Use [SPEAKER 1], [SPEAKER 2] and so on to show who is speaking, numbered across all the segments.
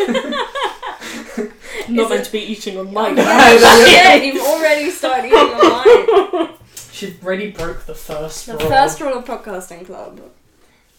[SPEAKER 1] not
[SPEAKER 2] Is
[SPEAKER 1] meant
[SPEAKER 2] it-
[SPEAKER 1] to be eating online.
[SPEAKER 2] yeah, you've already started eating online.
[SPEAKER 3] She really broke the first
[SPEAKER 2] The
[SPEAKER 3] rule.
[SPEAKER 2] first rule of podcasting club.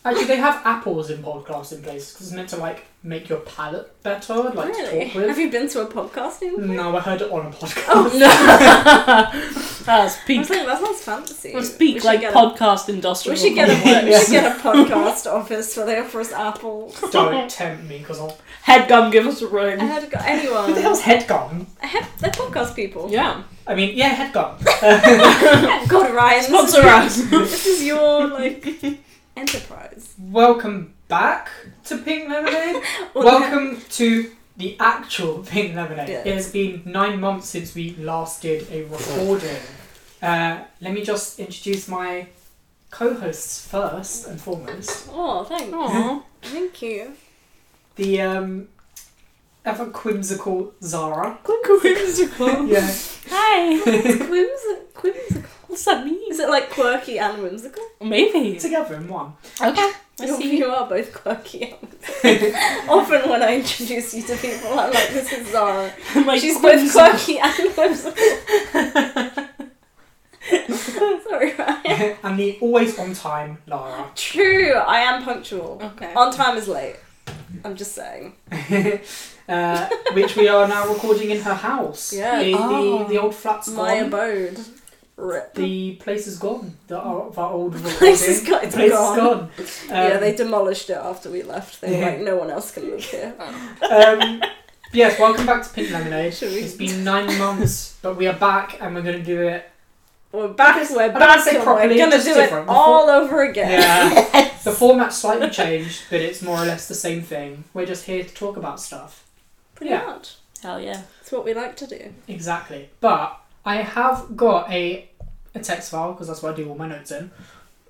[SPEAKER 3] Actually, they have apples in podcasting places because it's meant to like make your palate better, like
[SPEAKER 2] really?
[SPEAKER 3] to talk with.
[SPEAKER 2] Have you been to a podcasting? club?
[SPEAKER 3] No, I heard it on a podcast.
[SPEAKER 2] Oh no!
[SPEAKER 1] That's
[SPEAKER 2] I
[SPEAKER 1] peak.
[SPEAKER 2] was like, that sounds fancy.
[SPEAKER 1] Let's
[SPEAKER 2] We
[SPEAKER 1] speak
[SPEAKER 2] should
[SPEAKER 1] like
[SPEAKER 2] get a-
[SPEAKER 1] podcast industrial.
[SPEAKER 2] We should get
[SPEAKER 1] revolution.
[SPEAKER 2] a we
[SPEAKER 3] Yes.
[SPEAKER 2] should get a podcast office where they offer us apples.
[SPEAKER 3] Don't tempt me because I'll.
[SPEAKER 1] Headgum, give us a
[SPEAKER 2] I
[SPEAKER 1] ring.
[SPEAKER 2] had got
[SPEAKER 3] Who the
[SPEAKER 2] anyone.
[SPEAKER 3] hell's headgum?
[SPEAKER 2] I have they're podcast people.
[SPEAKER 1] Yeah.
[SPEAKER 3] I mean, yeah, headgum.
[SPEAKER 2] God, Ryan, this
[SPEAKER 1] Sponsor
[SPEAKER 2] is,
[SPEAKER 1] us.
[SPEAKER 2] this is your like enterprise.
[SPEAKER 3] Welcome back to Pink Lemonade.
[SPEAKER 2] Or
[SPEAKER 3] Welcome to the actual Pink Lemonade.
[SPEAKER 2] Yeah.
[SPEAKER 3] It has been nine months since we last did a recording. Uh, let me just introduce my co-hosts first and foremost.
[SPEAKER 2] Oh, thanks.
[SPEAKER 1] Aw.
[SPEAKER 2] Thank you.
[SPEAKER 3] The um, ever whimsical Zara.
[SPEAKER 1] Whimsical.
[SPEAKER 3] Yeah.
[SPEAKER 1] Hi.
[SPEAKER 2] It's quimsi- quimsical.
[SPEAKER 1] What's that mean?
[SPEAKER 2] Is it like quirky and whimsical?
[SPEAKER 1] Maybe.
[SPEAKER 3] Together in one.
[SPEAKER 1] Okay.
[SPEAKER 2] You-
[SPEAKER 1] Let's see.
[SPEAKER 2] You are both quirky. and whimsical. Often when I introduce you to people, I'm like, this is Zara.
[SPEAKER 1] Like,
[SPEAKER 2] She's both
[SPEAKER 1] whimsical.
[SPEAKER 2] quirky and whimsical. Sorry, Ryan.
[SPEAKER 3] and the always on time Lara.
[SPEAKER 2] True, I am punctual.
[SPEAKER 1] Okay.
[SPEAKER 2] On time is late. I'm just saying.
[SPEAKER 3] uh, which we are now recording in her house.
[SPEAKER 2] Yeah. Ah.
[SPEAKER 3] The,
[SPEAKER 1] Oh.
[SPEAKER 3] the, the old flat's gone.
[SPEAKER 2] My abode. Rip.
[SPEAKER 3] the place is gone. The, of our old recording.
[SPEAKER 2] place is go- it's
[SPEAKER 3] place
[SPEAKER 2] gone.
[SPEAKER 3] is gone.
[SPEAKER 2] yeah,
[SPEAKER 3] Um,
[SPEAKER 2] they demolished it after we left. They were
[SPEAKER 3] Yeah.
[SPEAKER 2] like, no one else can live here.
[SPEAKER 3] um, yes, welcome back to Pink Lemonade.
[SPEAKER 2] Should we-
[SPEAKER 3] It's been nine months, but we are back and we're going to do it.
[SPEAKER 2] We're back.
[SPEAKER 3] Because- I
[SPEAKER 2] We're
[SPEAKER 3] don't
[SPEAKER 2] back.
[SPEAKER 3] say
[SPEAKER 2] and
[SPEAKER 3] properly,
[SPEAKER 2] we're gonna
[SPEAKER 3] just
[SPEAKER 2] do
[SPEAKER 3] different.
[SPEAKER 2] it all over again.
[SPEAKER 3] Yeah. the format's slightly changed, but it's more or less the same thing. We're just here to talk about stuff.
[SPEAKER 2] Pretty
[SPEAKER 3] Yeah.
[SPEAKER 2] much.
[SPEAKER 1] Hell yeah.
[SPEAKER 2] It's what we like to do.
[SPEAKER 3] Exactly. But I have got a, a text file, because that's what I do all my notes in,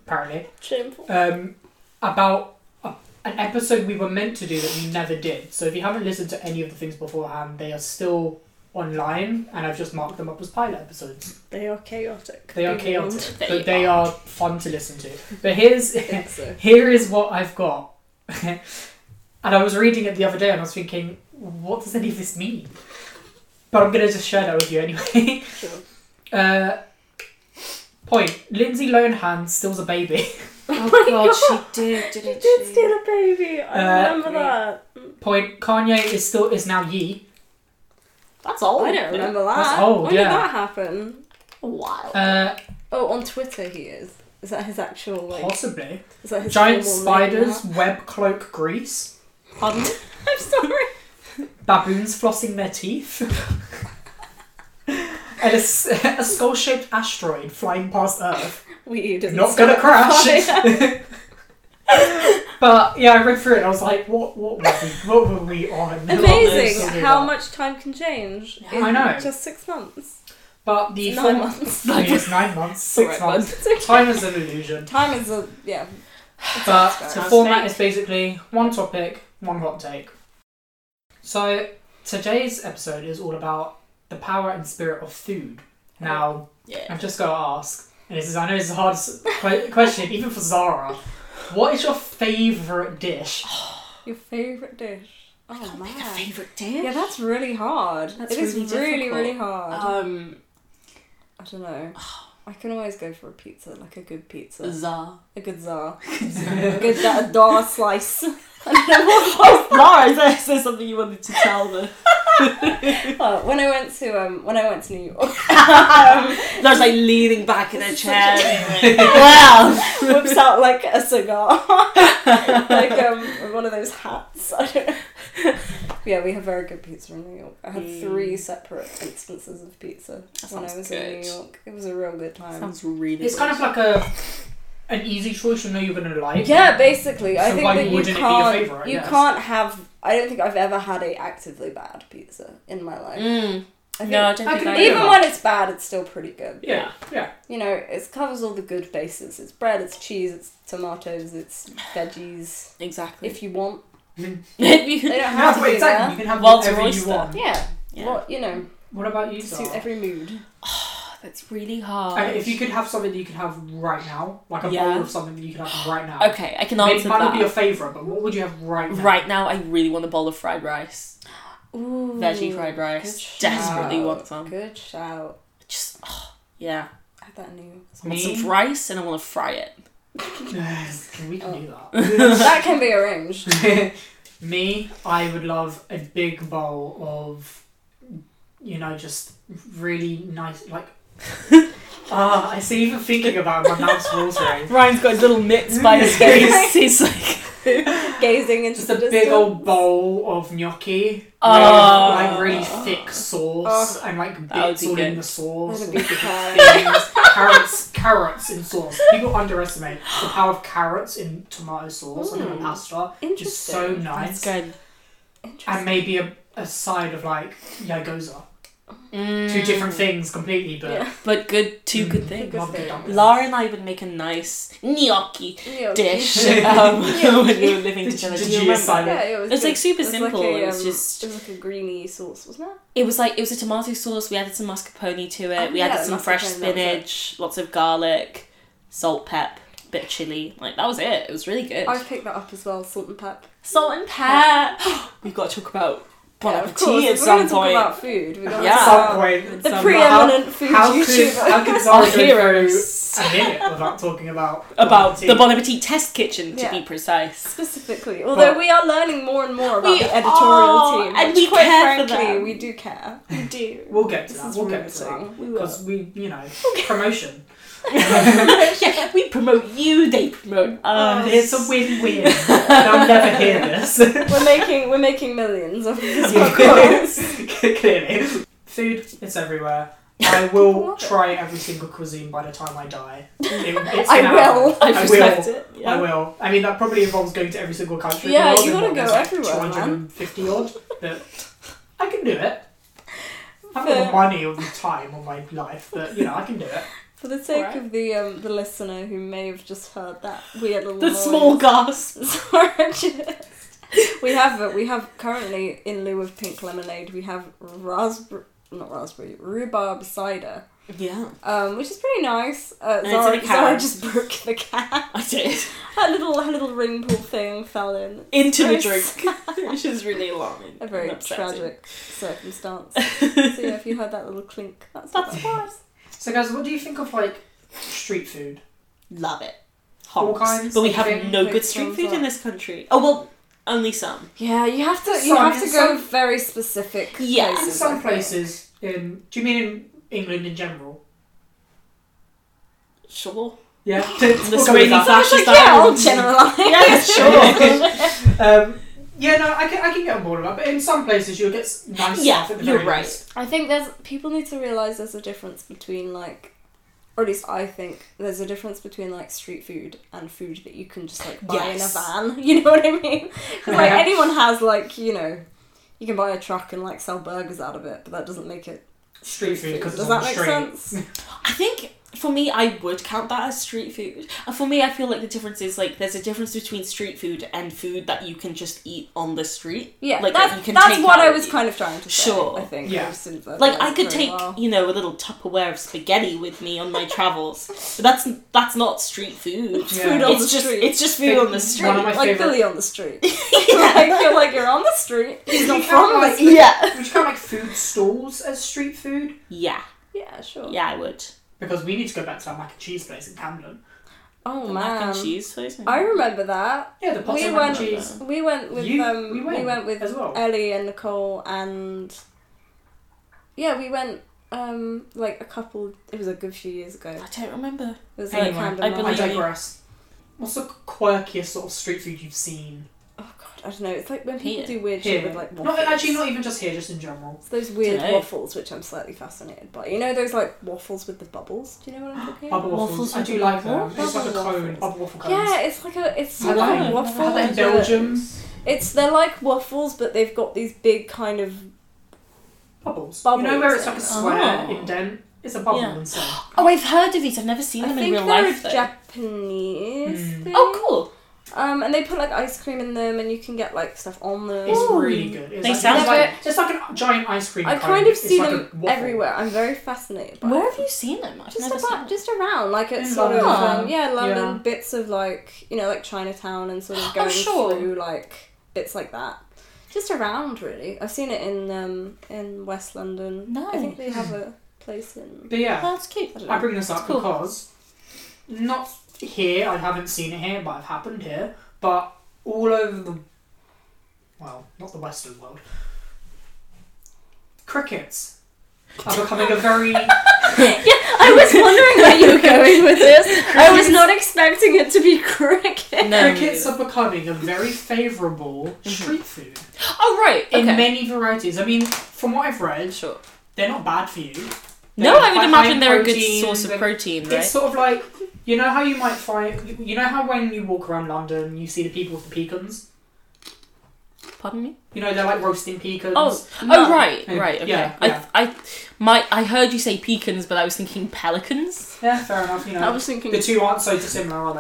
[SPEAKER 3] apparently,
[SPEAKER 2] Shameful.
[SPEAKER 3] um, about a, an episode we were meant to do that we never did. So if you haven't listened to any of the things beforehand, they are still online, and I've just marked them up as pilot episodes.
[SPEAKER 2] They are chaotic.
[SPEAKER 3] They are
[SPEAKER 2] Be warned.
[SPEAKER 3] chaotic,
[SPEAKER 1] They
[SPEAKER 3] but they
[SPEAKER 1] are.
[SPEAKER 3] are fun to listen to. But here's
[SPEAKER 2] Think so.
[SPEAKER 3] here is what I've got. and I was reading it the other day and I was thinking, what does any of this mean? But I'm going to just share that with you anyway.
[SPEAKER 2] Sure.
[SPEAKER 3] Uh, point Lindsay Lohan steals a baby.
[SPEAKER 1] Oh god, she did,
[SPEAKER 2] You did steal a baby. I
[SPEAKER 3] Uh,
[SPEAKER 2] remember that.
[SPEAKER 3] Point Kanye is still is now Yee.
[SPEAKER 1] Oh, That's old.
[SPEAKER 2] I don't remember that.
[SPEAKER 3] That's old,
[SPEAKER 2] when
[SPEAKER 3] yeah.
[SPEAKER 2] did that happen?
[SPEAKER 1] Wow.
[SPEAKER 3] Uh,
[SPEAKER 2] Oh, on Twitter he is. Is that his actual like?
[SPEAKER 3] possibly.
[SPEAKER 2] Is that his
[SPEAKER 3] Giant
[SPEAKER 2] formal name
[SPEAKER 3] spiders,
[SPEAKER 2] now?
[SPEAKER 3] web cloak grease.
[SPEAKER 1] Pardon?
[SPEAKER 2] I'm sorry.
[SPEAKER 3] Baboons flossing their teeth. and a, s- a skull shaped asteroid flying past Earth.
[SPEAKER 2] We didn't.
[SPEAKER 3] not gonna
[SPEAKER 2] start
[SPEAKER 3] crash.
[SPEAKER 2] fire.
[SPEAKER 3] but yeah, I read through it. and I was like, what? What were we? What were we on?
[SPEAKER 2] Amazing
[SPEAKER 3] What were we
[SPEAKER 2] how
[SPEAKER 3] on?
[SPEAKER 2] much time can change.
[SPEAKER 1] Yeah.
[SPEAKER 2] in
[SPEAKER 3] I know.
[SPEAKER 2] Just six months.
[SPEAKER 3] But the
[SPEAKER 2] Nine
[SPEAKER 3] film-
[SPEAKER 2] months.
[SPEAKER 3] I mean, it's nine months, six
[SPEAKER 1] Alright,
[SPEAKER 3] months. Time is an illusion.
[SPEAKER 2] Time is a yeah.
[SPEAKER 3] But
[SPEAKER 2] That's
[SPEAKER 3] the
[SPEAKER 1] fair.
[SPEAKER 3] format is basically one topic, one hot take. So today's episode is all about the power and spirit of food.
[SPEAKER 2] Oh.
[SPEAKER 3] Now,
[SPEAKER 1] Yeah.
[SPEAKER 3] I've just got to ask, and this is I know it's a hard s- que- question even for Zara. What is your favorite dish?
[SPEAKER 2] Your favorite dish. Oh man.
[SPEAKER 1] favourite
[SPEAKER 2] yeah,
[SPEAKER 1] dish?
[SPEAKER 2] that's really hard.
[SPEAKER 1] That's
[SPEAKER 2] it is
[SPEAKER 1] really
[SPEAKER 2] really,
[SPEAKER 1] difficult.
[SPEAKER 2] really hard.
[SPEAKER 1] Um,
[SPEAKER 2] I don't know. I can always go for a pizza, like a good pizza,
[SPEAKER 1] Zara.
[SPEAKER 2] a good czar, a good da- a dar slice.
[SPEAKER 1] oh, Zara, is there, is there something you wanted to tell them?
[SPEAKER 2] Oh, when I went to um, when I went to New York,
[SPEAKER 1] There's Um, like leaning back in a chair. wow.
[SPEAKER 2] whips out like a cigar, like um, one of those hats. I don't know. Yeah, we have very good pizza in New York. I had
[SPEAKER 1] Mm.
[SPEAKER 2] three separate instances of pizza
[SPEAKER 1] That
[SPEAKER 2] when I
[SPEAKER 1] sounds
[SPEAKER 2] was in
[SPEAKER 1] good.
[SPEAKER 2] New York. um, It was a real good time.
[SPEAKER 1] Sounds really
[SPEAKER 3] It's kind of like a an easy choice you know you're gonna like.
[SPEAKER 2] yeah, basically, I
[SPEAKER 3] So
[SPEAKER 2] think
[SPEAKER 3] why
[SPEAKER 2] that you
[SPEAKER 3] wouldn't it be your
[SPEAKER 2] can't.
[SPEAKER 3] favourite,
[SPEAKER 2] you
[SPEAKER 3] yes?
[SPEAKER 2] can't have. I don't think I've ever had a actively bad pizza in my life.
[SPEAKER 1] Mm.
[SPEAKER 2] I think
[SPEAKER 1] No, I don't
[SPEAKER 3] I
[SPEAKER 1] think
[SPEAKER 3] can
[SPEAKER 1] I
[SPEAKER 3] either
[SPEAKER 1] am.
[SPEAKER 2] even when it's bad, it's still pretty good.
[SPEAKER 3] Yeah, yeah.
[SPEAKER 2] You know, it covers all the good bases. It's bread, it's cheese, it's tomatoes, it's veggies.
[SPEAKER 1] Exactly.
[SPEAKER 2] If you want,
[SPEAKER 1] If
[SPEAKER 2] they
[SPEAKER 1] you-
[SPEAKER 2] don't
[SPEAKER 3] You
[SPEAKER 2] have to be
[SPEAKER 3] exactly. You can have
[SPEAKER 1] Walter
[SPEAKER 3] whatever you
[SPEAKER 1] Oyster.
[SPEAKER 3] want.
[SPEAKER 2] there. Yeah.
[SPEAKER 1] yeah.
[SPEAKER 2] What you know,
[SPEAKER 3] What about you,
[SPEAKER 2] to suit
[SPEAKER 3] Zara?
[SPEAKER 2] every mood.
[SPEAKER 1] That's really hard.
[SPEAKER 3] And if you could have something that you could have right now, like a
[SPEAKER 1] Yeah.
[SPEAKER 3] bowl of something that you could have right now.
[SPEAKER 1] Okay, I can
[SPEAKER 3] Maybe it
[SPEAKER 1] answer
[SPEAKER 3] might not be your
[SPEAKER 1] that.
[SPEAKER 3] favourite, but what would you have right now?
[SPEAKER 1] Right now, I really want a bowl of fried rice.
[SPEAKER 2] Ooh,
[SPEAKER 1] veggie fried rice. Desperately
[SPEAKER 2] shout.
[SPEAKER 1] want some.
[SPEAKER 2] Good shout.
[SPEAKER 1] Just oh, yeah.
[SPEAKER 2] I had that new.
[SPEAKER 1] I want
[SPEAKER 3] Me?
[SPEAKER 1] some rice and I want to fry it.
[SPEAKER 3] we can do that.
[SPEAKER 2] that can be arranged.
[SPEAKER 3] Me, I would love a big bowl of, you know, just really nice, like. Ah, I see. Even thinking about it, my mouth's watering.
[SPEAKER 1] Ryan's got his little mitts by his face. He's like,
[SPEAKER 2] Gazing into
[SPEAKER 3] Just
[SPEAKER 2] the
[SPEAKER 3] a big
[SPEAKER 2] distance.
[SPEAKER 3] old bowl of gnocchi
[SPEAKER 1] Oh.
[SPEAKER 3] with like really thick sauce and like
[SPEAKER 1] Ah. That would
[SPEAKER 3] bits
[SPEAKER 1] be
[SPEAKER 3] all in
[SPEAKER 1] good.
[SPEAKER 3] the sauce.
[SPEAKER 2] That'd be fun.
[SPEAKER 3] things, carrots, carrots in sauce. People underestimate the power of carrots in tomato sauce and in
[SPEAKER 1] Mm.
[SPEAKER 3] pasta.
[SPEAKER 2] Interesting.
[SPEAKER 3] Just so
[SPEAKER 1] that's
[SPEAKER 3] nice.
[SPEAKER 1] good.
[SPEAKER 3] And
[SPEAKER 2] Interesting.
[SPEAKER 3] maybe a, a side of like yagoza. Two
[SPEAKER 1] Mm,
[SPEAKER 3] different things completely, but
[SPEAKER 2] Yeah.
[SPEAKER 1] but good. Two good
[SPEAKER 3] Mm,
[SPEAKER 1] things.
[SPEAKER 3] lovely
[SPEAKER 2] thing.
[SPEAKER 3] dumplings.
[SPEAKER 1] Lara and I would make a nice gnocchi
[SPEAKER 2] Gnocchi.
[SPEAKER 1] dish um, when we were living
[SPEAKER 3] Did-
[SPEAKER 1] together.
[SPEAKER 3] did
[SPEAKER 1] Do you
[SPEAKER 3] you
[SPEAKER 1] remember?
[SPEAKER 3] assign-
[SPEAKER 2] Yeah, it was.
[SPEAKER 1] It's,
[SPEAKER 2] good.
[SPEAKER 1] like, super
[SPEAKER 2] It was
[SPEAKER 1] simple,
[SPEAKER 2] Like a,
[SPEAKER 1] it's
[SPEAKER 2] um,
[SPEAKER 1] just-
[SPEAKER 2] It was like a greeny sauce, wasn't it?
[SPEAKER 1] It was like it was a tomato sauce. We added some mascarpone to it.
[SPEAKER 2] Oh,
[SPEAKER 1] we
[SPEAKER 2] yeah,
[SPEAKER 1] added some
[SPEAKER 2] mascarpone,
[SPEAKER 1] fresh
[SPEAKER 2] that was it.
[SPEAKER 1] spinach, lots of garlic, salt, pep, bit of chili. Like that was it. It was really good.
[SPEAKER 2] I picked that up as well, salt and pep.
[SPEAKER 1] Salt and pep. We've got to talk about bon
[SPEAKER 2] yeah, of course.
[SPEAKER 1] appetit at
[SPEAKER 2] If we're gonna
[SPEAKER 1] some
[SPEAKER 2] talk
[SPEAKER 1] point.
[SPEAKER 2] about food. We're gonna
[SPEAKER 1] Yeah.
[SPEAKER 3] at
[SPEAKER 2] talk
[SPEAKER 3] some
[SPEAKER 2] about
[SPEAKER 3] point,
[SPEAKER 2] the
[SPEAKER 1] Some-
[SPEAKER 2] preeminent food
[SPEAKER 3] how could
[SPEAKER 2] YouTuber.
[SPEAKER 3] how could
[SPEAKER 1] Our
[SPEAKER 3] Zara go through
[SPEAKER 1] heroes.
[SPEAKER 3] a minute without talking about
[SPEAKER 1] About
[SPEAKER 3] Boba
[SPEAKER 1] the
[SPEAKER 3] Tea?
[SPEAKER 1] Bon Appetit test kitchen, to
[SPEAKER 2] Yeah.
[SPEAKER 1] be precise.
[SPEAKER 2] Specifically, although
[SPEAKER 3] But-
[SPEAKER 2] we are learning more and more about
[SPEAKER 1] We
[SPEAKER 2] the editorial
[SPEAKER 1] are,
[SPEAKER 2] team,
[SPEAKER 1] and
[SPEAKER 2] which
[SPEAKER 1] we
[SPEAKER 2] quite
[SPEAKER 1] care for
[SPEAKER 2] frankly
[SPEAKER 1] them.
[SPEAKER 2] we do care. We do.
[SPEAKER 3] We'll get to
[SPEAKER 2] This
[SPEAKER 3] that.
[SPEAKER 2] is
[SPEAKER 3] We'll get to that
[SPEAKER 2] riveting. We
[SPEAKER 3] because we, you know, promotion.
[SPEAKER 1] yeah, we promote you. They promote us.
[SPEAKER 3] it's a win-win. They'll never hear this.
[SPEAKER 2] We're making we're making millions of this
[SPEAKER 3] Of
[SPEAKER 2] podcast.
[SPEAKER 3] course. Clearly. Food, it's everywhere. I will
[SPEAKER 2] Love it.
[SPEAKER 3] try every single cuisine by the time I die. It- it's
[SPEAKER 2] I
[SPEAKER 3] gonna
[SPEAKER 2] will.
[SPEAKER 3] happen.
[SPEAKER 1] I
[SPEAKER 3] I
[SPEAKER 1] respect
[SPEAKER 3] will.
[SPEAKER 1] it.
[SPEAKER 3] I
[SPEAKER 1] Yeah.
[SPEAKER 3] will. I mean, that probably involves going to every single country.
[SPEAKER 2] Yeah,
[SPEAKER 3] in the
[SPEAKER 2] you
[SPEAKER 3] world,
[SPEAKER 2] gotta
[SPEAKER 3] and
[SPEAKER 2] go
[SPEAKER 3] there's like
[SPEAKER 2] everywhere, man.
[SPEAKER 3] 250 odd, but I can do it. I haven't got
[SPEAKER 2] Fair.
[SPEAKER 3] the money or the time or my life, but you know, I can do it.
[SPEAKER 2] For the sake
[SPEAKER 1] Alright.
[SPEAKER 2] of the um, the listener who may have just heard that weird little
[SPEAKER 1] The
[SPEAKER 2] noise.
[SPEAKER 1] small gasp.
[SPEAKER 2] Sorry, just- we have uh, we have currently in lieu of pink lemonade we have raspberry not raspberry rhubarb cider
[SPEAKER 1] Yeah,
[SPEAKER 2] um, which is pretty nice. Uh,
[SPEAKER 1] And it's in
[SPEAKER 2] Zara,
[SPEAKER 1] a can.
[SPEAKER 2] Zara just broke the can.
[SPEAKER 1] I did.
[SPEAKER 2] Her little her little ring pull thing fell in.
[SPEAKER 1] Into the
[SPEAKER 2] Very
[SPEAKER 1] drink, which is really alarming.
[SPEAKER 2] A very
[SPEAKER 1] and upsetting.
[SPEAKER 2] tragic circumstance. so yeah, if you heard that little clink, that's what
[SPEAKER 1] That's
[SPEAKER 2] that was.
[SPEAKER 3] So, guys, what do you think of like street food?
[SPEAKER 1] Love it.
[SPEAKER 3] All
[SPEAKER 1] Honks.
[SPEAKER 3] kinds
[SPEAKER 1] But we
[SPEAKER 3] of
[SPEAKER 1] have
[SPEAKER 3] things,
[SPEAKER 1] no
[SPEAKER 2] big
[SPEAKER 1] good street
[SPEAKER 2] thumbs
[SPEAKER 1] food in
[SPEAKER 2] up.
[SPEAKER 1] this country. Oh well, only some.
[SPEAKER 2] Yeah, you have to you
[SPEAKER 3] Some-
[SPEAKER 2] have to go
[SPEAKER 3] some-
[SPEAKER 2] very specific.
[SPEAKER 1] Yeah.
[SPEAKER 2] places,
[SPEAKER 3] In
[SPEAKER 2] I
[SPEAKER 3] some
[SPEAKER 2] think.
[SPEAKER 3] places, in do you mean in England in general?
[SPEAKER 1] Sure.
[SPEAKER 3] Yeah,
[SPEAKER 1] This really
[SPEAKER 2] It's like,
[SPEAKER 1] flashes
[SPEAKER 2] yeah, all
[SPEAKER 1] that.
[SPEAKER 2] generalised.
[SPEAKER 1] sure.
[SPEAKER 3] um, yeah, no, I can, I can get on board with that, but in some places you'll get s- nice
[SPEAKER 1] Yeah,
[SPEAKER 3] stuff at the
[SPEAKER 1] you're
[SPEAKER 3] very
[SPEAKER 1] right.
[SPEAKER 3] least.
[SPEAKER 2] I think there's people need to realise there's a difference between like, or at least I think there's a difference between like street food and food that you can just like buy
[SPEAKER 1] Yes.
[SPEAKER 2] in a van. You know what I mean? 'Cause, like
[SPEAKER 3] Yeah.
[SPEAKER 2] anyone has like you know, you can buy a truck and like sell burgers out of it, but that doesn't make it
[SPEAKER 3] Street food, because it's
[SPEAKER 2] Does
[SPEAKER 3] on
[SPEAKER 2] that
[SPEAKER 3] the
[SPEAKER 2] make
[SPEAKER 3] street.
[SPEAKER 2] sense?
[SPEAKER 1] I think for me, I would count that as street food. And for me, I feel like the difference is like there's a difference between street food and food that you can just eat on the street.
[SPEAKER 2] Yeah,
[SPEAKER 1] Like,
[SPEAKER 2] that's,
[SPEAKER 1] that you can
[SPEAKER 2] that's
[SPEAKER 1] take
[SPEAKER 2] what
[SPEAKER 1] out
[SPEAKER 2] I
[SPEAKER 1] with
[SPEAKER 2] was
[SPEAKER 1] you.
[SPEAKER 2] kind of trying to say.
[SPEAKER 1] Sure.
[SPEAKER 2] I think.
[SPEAKER 3] Yeah.
[SPEAKER 2] I've synthesised
[SPEAKER 1] Like
[SPEAKER 2] that
[SPEAKER 1] I could
[SPEAKER 2] very
[SPEAKER 1] take
[SPEAKER 2] well.
[SPEAKER 1] you know a little Tupperware of spaghetti with me on my travels, but that's that's not street food.
[SPEAKER 3] Yeah.
[SPEAKER 2] food on
[SPEAKER 1] It's
[SPEAKER 2] the
[SPEAKER 1] just
[SPEAKER 2] street.
[SPEAKER 1] it's just food on the street.
[SPEAKER 3] One of my
[SPEAKER 2] like
[SPEAKER 3] favourite-
[SPEAKER 2] Billy on the street. I feel like you're on the street. He's
[SPEAKER 3] You
[SPEAKER 2] not
[SPEAKER 3] can't,
[SPEAKER 2] from the
[SPEAKER 3] like-
[SPEAKER 2] street.
[SPEAKER 1] yeah.
[SPEAKER 3] Would you count like food stalls as street food?
[SPEAKER 1] Yeah.
[SPEAKER 2] Yeah, sure.
[SPEAKER 1] Yeah, I would.
[SPEAKER 3] Because we need to go back to our mac and cheese place in Camden.
[SPEAKER 2] Oh
[SPEAKER 1] The
[SPEAKER 2] man,
[SPEAKER 1] Mac and cheese. place?
[SPEAKER 2] I remember that.
[SPEAKER 3] Yeah, the pots
[SPEAKER 2] We
[SPEAKER 3] of mac and
[SPEAKER 2] went-
[SPEAKER 3] cheese.
[SPEAKER 2] We went with
[SPEAKER 3] You-
[SPEAKER 2] um,
[SPEAKER 3] we
[SPEAKER 2] we
[SPEAKER 3] went
[SPEAKER 2] went, with
[SPEAKER 3] as well.
[SPEAKER 2] Ellie and Nicole and yeah, we went um like a couple. It was a good few years ago. It
[SPEAKER 1] I don't remember.
[SPEAKER 2] was
[SPEAKER 3] Anyway,
[SPEAKER 2] like Camden
[SPEAKER 1] I
[SPEAKER 2] Mark.
[SPEAKER 3] I
[SPEAKER 1] believe-
[SPEAKER 3] digress. What's the quirkiest sort of street food you've seen
[SPEAKER 2] Oh god, I don't know. It's like when people
[SPEAKER 1] Here.
[SPEAKER 2] do weird shit
[SPEAKER 3] here?
[SPEAKER 2] with like waffles.
[SPEAKER 3] not actually, not even just here, just in general.
[SPEAKER 2] It's those weird
[SPEAKER 1] Dunno.
[SPEAKER 2] waffles, which I'm slightly fascinated by. You know those like waffles with the bubbles. Do you know what I'm talking about?
[SPEAKER 3] Bubble
[SPEAKER 1] Waffles
[SPEAKER 3] waffles. I
[SPEAKER 1] with
[SPEAKER 3] do
[SPEAKER 1] the
[SPEAKER 3] like
[SPEAKER 1] bubble?
[SPEAKER 3] them. It's like a
[SPEAKER 2] Bubble
[SPEAKER 3] cone,
[SPEAKER 2] waffles.
[SPEAKER 3] bubble waffle cones.
[SPEAKER 2] Yeah, it's like a it's
[SPEAKER 3] I
[SPEAKER 2] like
[SPEAKER 3] like
[SPEAKER 2] a
[SPEAKER 3] them.
[SPEAKER 2] waffle.
[SPEAKER 3] Are they
[SPEAKER 2] with a-
[SPEAKER 3] Belgium?
[SPEAKER 2] It's they're like waffles, but they've got these big kind of
[SPEAKER 3] Bubbles.
[SPEAKER 2] Bubbles.
[SPEAKER 3] You know where it's like a square
[SPEAKER 1] Oh.
[SPEAKER 3] indent? It's a bubble
[SPEAKER 1] Yeah.
[SPEAKER 3] inside.
[SPEAKER 1] Oh, I've heard of these. I've never seen
[SPEAKER 2] I
[SPEAKER 1] them
[SPEAKER 2] think
[SPEAKER 1] in real
[SPEAKER 2] they're
[SPEAKER 1] life
[SPEAKER 2] a
[SPEAKER 1] though.
[SPEAKER 2] Japanese.
[SPEAKER 3] Mm.
[SPEAKER 2] Thing.
[SPEAKER 1] oh, cool.
[SPEAKER 2] Um, and they put like ice cream in them, and you can get like stuff on them.
[SPEAKER 3] It's
[SPEAKER 1] Ooh.
[SPEAKER 3] really good. It's
[SPEAKER 1] They
[SPEAKER 3] like,
[SPEAKER 1] sound
[SPEAKER 3] it's like, it's like a giant ice cream.
[SPEAKER 2] I
[SPEAKER 3] cone.
[SPEAKER 2] kind of
[SPEAKER 3] It's
[SPEAKER 2] see
[SPEAKER 3] like a
[SPEAKER 2] them
[SPEAKER 3] waffle.
[SPEAKER 2] everywhere. I'm very fascinated by.
[SPEAKER 1] Where
[SPEAKER 2] them.
[SPEAKER 1] have you seen them? I've
[SPEAKER 2] Just
[SPEAKER 1] never seen
[SPEAKER 2] about, just around, like it's
[SPEAKER 3] In
[SPEAKER 2] sort of
[SPEAKER 1] London.
[SPEAKER 2] um, yeah, London
[SPEAKER 3] Yeah.
[SPEAKER 2] bits of like you know like Chinatown and sort of
[SPEAKER 1] Oh,
[SPEAKER 2] going
[SPEAKER 1] sure.
[SPEAKER 2] through like bits like that. just around really. I've seen it in um in West London. I
[SPEAKER 1] No.
[SPEAKER 2] think they have a place in.
[SPEAKER 3] But yeah,
[SPEAKER 1] That's cute.
[SPEAKER 2] I don't
[SPEAKER 3] I
[SPEAKER 2] know.
[SPEAKER 3] bring this
[SPEAKER 1] It's
[SPEAKER 3] up
[SPEAKER 1] cool.
[SPEAKER 3] because not here, I haven't seen it here, but it happened here. But all over the well, not the Western world. Crickets are becoming a very
[SPEAKER 2] I was wondering where you were going with this. I was not expecting it to be cricket.
[SPEAKER 1] No.
[SPEAKER 3] crickets are becoming a very favourable street food
[SPEAKER 1] Oh right. Okay.
[SPEAKER 3] in many varieties. I mean, from what I've read,
[SPEAKER 1] Sure.
[SPEAKER 3] they're not bad for you.
[SPEAKER 1] No,
[SPEAKER 3] They're
[SPEAKER 1] I would
[SPEAKER 3] quite
[SPEAKER 1] imagine
[SPEAKER 3] high
[SPEAKER 1] they're a good
[SPEAKER 3] protein,
[SPEAKER 1] source of
[SPEAKER 3] they're-
[SPEAKER 1] protein,
[SPEAKER 3] It's
[SPEAKER 1] right?
[SPEAKER 3] sort of like you know how you might find you- you know how when you walk around London you see the people with the pecans.
[SPEAKER 1] Pardon me.
[SPEAKER 3] You know they're like roasting pecans.
[SPEAKER 1] Oh,
[SPEAKER 2] No.
[SPEAKER 1] oh right,
[SPEAKER 3] Yeah,
[SPEAKER 1] right. Okay.
[SPEAKER 3] yeah.
[SPEAKER 1] I, I, my, I heard you say pecans, but I was thinking pelicans.
[SPEAKER 3] yeah, fair enough. You know
[SPEAKER 2] I was thinking
[SPEAKER 3] the two aren't so dissimilar, are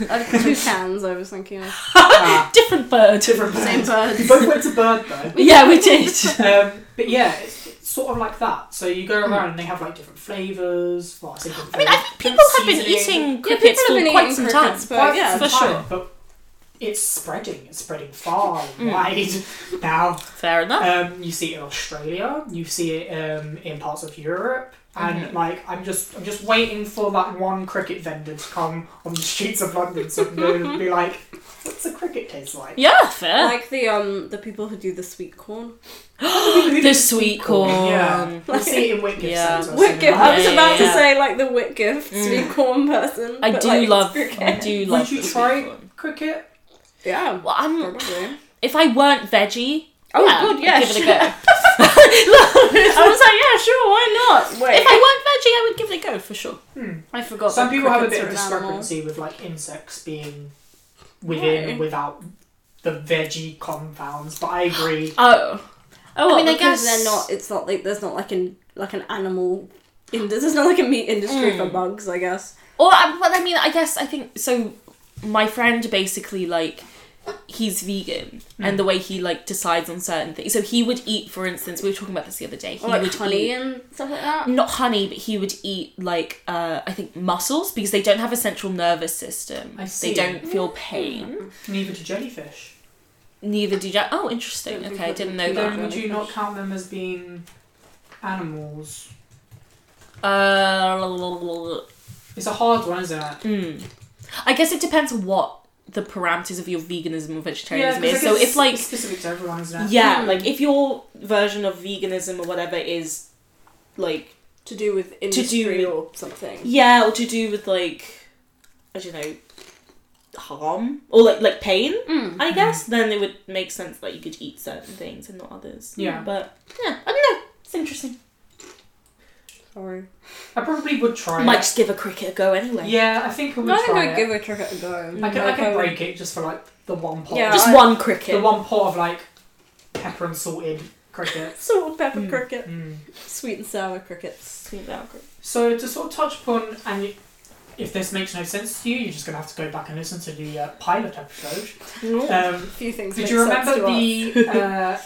[SPEAKER 3] they?
[SPEAKER 2] uh, two cans. I was thinking of
[SPEAKER 3] Ah,
[SPEAKER 1] Different bird.
[SPEAKER 3] different bird.
[SPEAKER 2] same bird.
[SPEAKER 3] We both went to bird though.
[SPEAKER 1] Yeah, we did.
[SPEAKER 3] Um, but yeah, it's, it's sort of like that. So you go around and they have like different flavors. Well, I, say
[SPEAKER 1] Hmm.
[SPEAKER 3] different
[SPEAKER 1] I mean, I
[SPEAKER 3] flavours,
[SPEAKER 1] think people have
[SPEAKER 3] different
[SPEAKER 1] been
[SPEAKER 3] seasoning,
[SPEAKER 1] eating
[SPEAKER 2] Yeah,
[SPEAKER 1] crickets
[SPEAKER 2] people have
[SPEAKER 1] for
[SPEAKER 2] been
[SPEAKER 1] quite
[SPEAKER 2] eating
[SPEAKER 1] some time.
[SPEAKER 2] crickets, but
[SPEAKER 3] quite
[SPEAKER 2] yeah.
[SPEAKER 3] some
[SPEAKER 1] for
[SPEAKER 3] time,
[SPEAKER 1] sure.
[SPEAKER 3] But it's spreading. It's spreading far and
[SPEAKER 1] Mm.
[SPEAKER 3] wide now.
[SPEAKER 1] Fair enough.
[SPEAKER 3] Um, you see it in Australia. You see it um, in parts of Europe. And
[SPEAKER 1] Mhm.
[SPEAKER 3] like, I'm just, I'm just waiting for that one cricket vendor to come on the streets of London, so I can go and be like, "What's a cricket taste like?"
[SPEAKER 1] Yeah, fair.
[SPEAKER 2] like the um the people who do the sweet corn.
[SPEAKER 1] the sweet corn.
[SPEAKER 3] Yeah, we'll see it in Whitgift.
[SPEAKER 1] Yeah.
[SPEAKER 3] Centre or
[SPEAKER 2] Whitgift.
[SPEAKER 3] something
[SPEAKER 2] I was
[SPEAKER 1] Yeah,
[SPEAKER 2] about
[SPEAKER 1] yeah,
[SPEAKER 2] to say like the Whitgift
[SPEAKER 1] Mm.
[SPEAKER 2] sweet corn person.
[SPEAKER 1] I
[SPEAKER 2] but,
[SPEAKER 1] do
[SPEAKER 2] like, it's
[SPEAKER 1] love. I
[SPEAKER 2] cricket.
[SPEAKER 1] do
[SPEAKER 3] Would
[SPEAKER 1] love.
[SPEAKER 3] you
[SPEAKER 1] the sweet
[SPEAKER 3] try-
[SPEAKER 1] corn.
[SPEAKER 3] Cricket.
[SPEAKER 2] Yeah,
[SPEAKER 1] Well, I'm.
[SPEAKER 2] probably.
[SPEAKER 1] If I weren't veggie,
[SPEAKER 2] Oh,
[SPEAKER 1] yeah,
[SPEAKER 2] good.
[SPEAKER 1] I'd
[SPEAKER 2] Yeah,
[SPEAKER 1] give it a
[SPEAKER 2] sure.
[SPEAKER 1] go.
[SPEAKER 2] I was like, yeah, sure, why not? Wait,
[SPEAKER 1] If I weren't veggie, I would give it a go for sure.
[SPEAKER 3] Hmm.
[SPEAKER 2] I forgot.
[SPEAKER 3] Some
[SPEAKER 2] that
[SPEAKER 3] people have a
[SPEAKER 2] crickets
[SPEAKER 3] bit of
[SPEAKER 2] are an animal.
[SPEAKER 3] discrepancy with like insects being within
[SPEAKER 2] Why?
[SPEAKER 3] and without the veggie compounds, but I agree.
[SPEAKER 1] Oh,
[SPEAKER 2] Oh,
[SPEAKER 1] I
[SPEAKER 2] I
[SPEAKER 1] mean, I
[SPEAKER 2] because
[SPEAKER 1] guess-
[SPEAKER 2] they're not. It's not like there's not like an like an animal. In, there's not like a meat industry
[SPEAKER 1] Mm.
[SPEAKER 2] for bugs, I guess.
[SPEAKER 1] or I- but I mean, I guess I think so. My friend basically like he's vegan, and the way he like decides on certain things. So he would eat, for instance, we were talking about this the other day. He
[SPEAKER 2] Or like
[SPEAKER 1] would eat-
[SPEAKER 2] honey and stuff like that.
[SPEAKER 1] not honey, but he would eat like uh, I think mussels because they don't have a central nervous system.
[SPEAKER 3] I
[SPEAKER 1] They
[SPEAKER 3] see.
[SPEAKER 1] don't feel
[SPEAKER 2] Hmm.
[SPEAKER 1] pain.
[SPEAKER 3] Neither do jellyfish.
[SPEAKER 1] Neither do ja- oh, interesting.
[SPEAKER 2] Don't think
[SPEAKER 1] Okay, I
[SPEAKER 2] I've
[SPEAKER 1] didn't know
[SPEAKER 2] looked
[SPEAKER 1] that.
[SPEAKER 2] into
[SPEAKER 3] Then would you
[SPEAKER 2] jellyfish.
[SPEAKER 3] not count them as being animals?
[SPEAKER 1] Uh,
[SPEAKER 3] It's a hard one, isn't it?
[SPEAKER 1] mm. I guess it depends what the parameters of your veganism or vegetarianism
[SPEAKER 3] 'cause
[SPEAKER 1] is.
[SPEAKER 3] I
[SPEAKER 1] So
[SPEAKER 3] guess
[SPEAKER 1] if like
[SPEAKER 3] it's specific to everyone, isn't it?
[SPEAKER 1] yeah,
[SPEAKER 2] Mm.
[SPEAKER 1] like if your version of veganism or whatever is like
[SPEAKER 2] To do with
[SPEAKER 1] do
[SPEAKER 2] industry
[SPEAKER 1] with-
[SPEAKER 2] or something.
[SPEAKER 1] yeah, or to do with like I don't know harm or like like pain.
[SPEAKER 2] Mm.
[SPEAKER 3] Mm-hmm.
[SPEAKER 1] I guess then it would make sense that you could eat certain things and not others.
[SPEAKER 3] Yeah.
[SPEAKER 1] But yeah, I don't know. It's interesting.
[SPEAKER 2] Sorry.
[SPEAKER 3] I probably would try.
[SPEAKER 1] I might
[SPEAKER 3] it.
[SPEAKER 1] just give a cricket a go anyway.
[SPEAKER 3] Yeah, I think I would
[SPEAKER 2] I think
[SPEAKER 3] try
[SPEAKER 2] I'd
[SPEAKER 3] it.
[SPEAKER 2] give a cricket a go.
[SPEAKER 3] I can, I
[SPEAKER 2] Like,
[SPEAKER 3] can
[SPEAKER 2] would-
[SPEAKER 3] break it just for like the one pot.
[SPEAKER 2] Yeah,
[SPEAKER 1] Just
[SPEAKER 2] I-
[SPEAKER 1] one
[SPEAKER 3] the
[SPEAKER 1] cricket.
[SPEAKER 3] one pot of like pepper and salted crickets.
[SPEAKER 2] Salt and pepper
[SPEAKER 1] Mm.
[SPEAKER 2] cricket,
[SPEAKER 3] Mm.
[SPEAKER 2] sweet and sour crickets.
[SPEAKER 1] Sweet sour cricket.
[SPEAKER 3] So to sort of touch upon, and y- if this makes no sense to you, you're just gonna have to go back and listen to the uh, pilot episode. Um,
[SPEAKER 2] A few things.
[SPEAKER 3] did
[SPEAKER 2] make
[SPEAKER 3] you
[SPEAKER 2] sense
[SPEAKER 3] remember
[SPEAKER 2] to us.
[SPEAKER 3] the uh,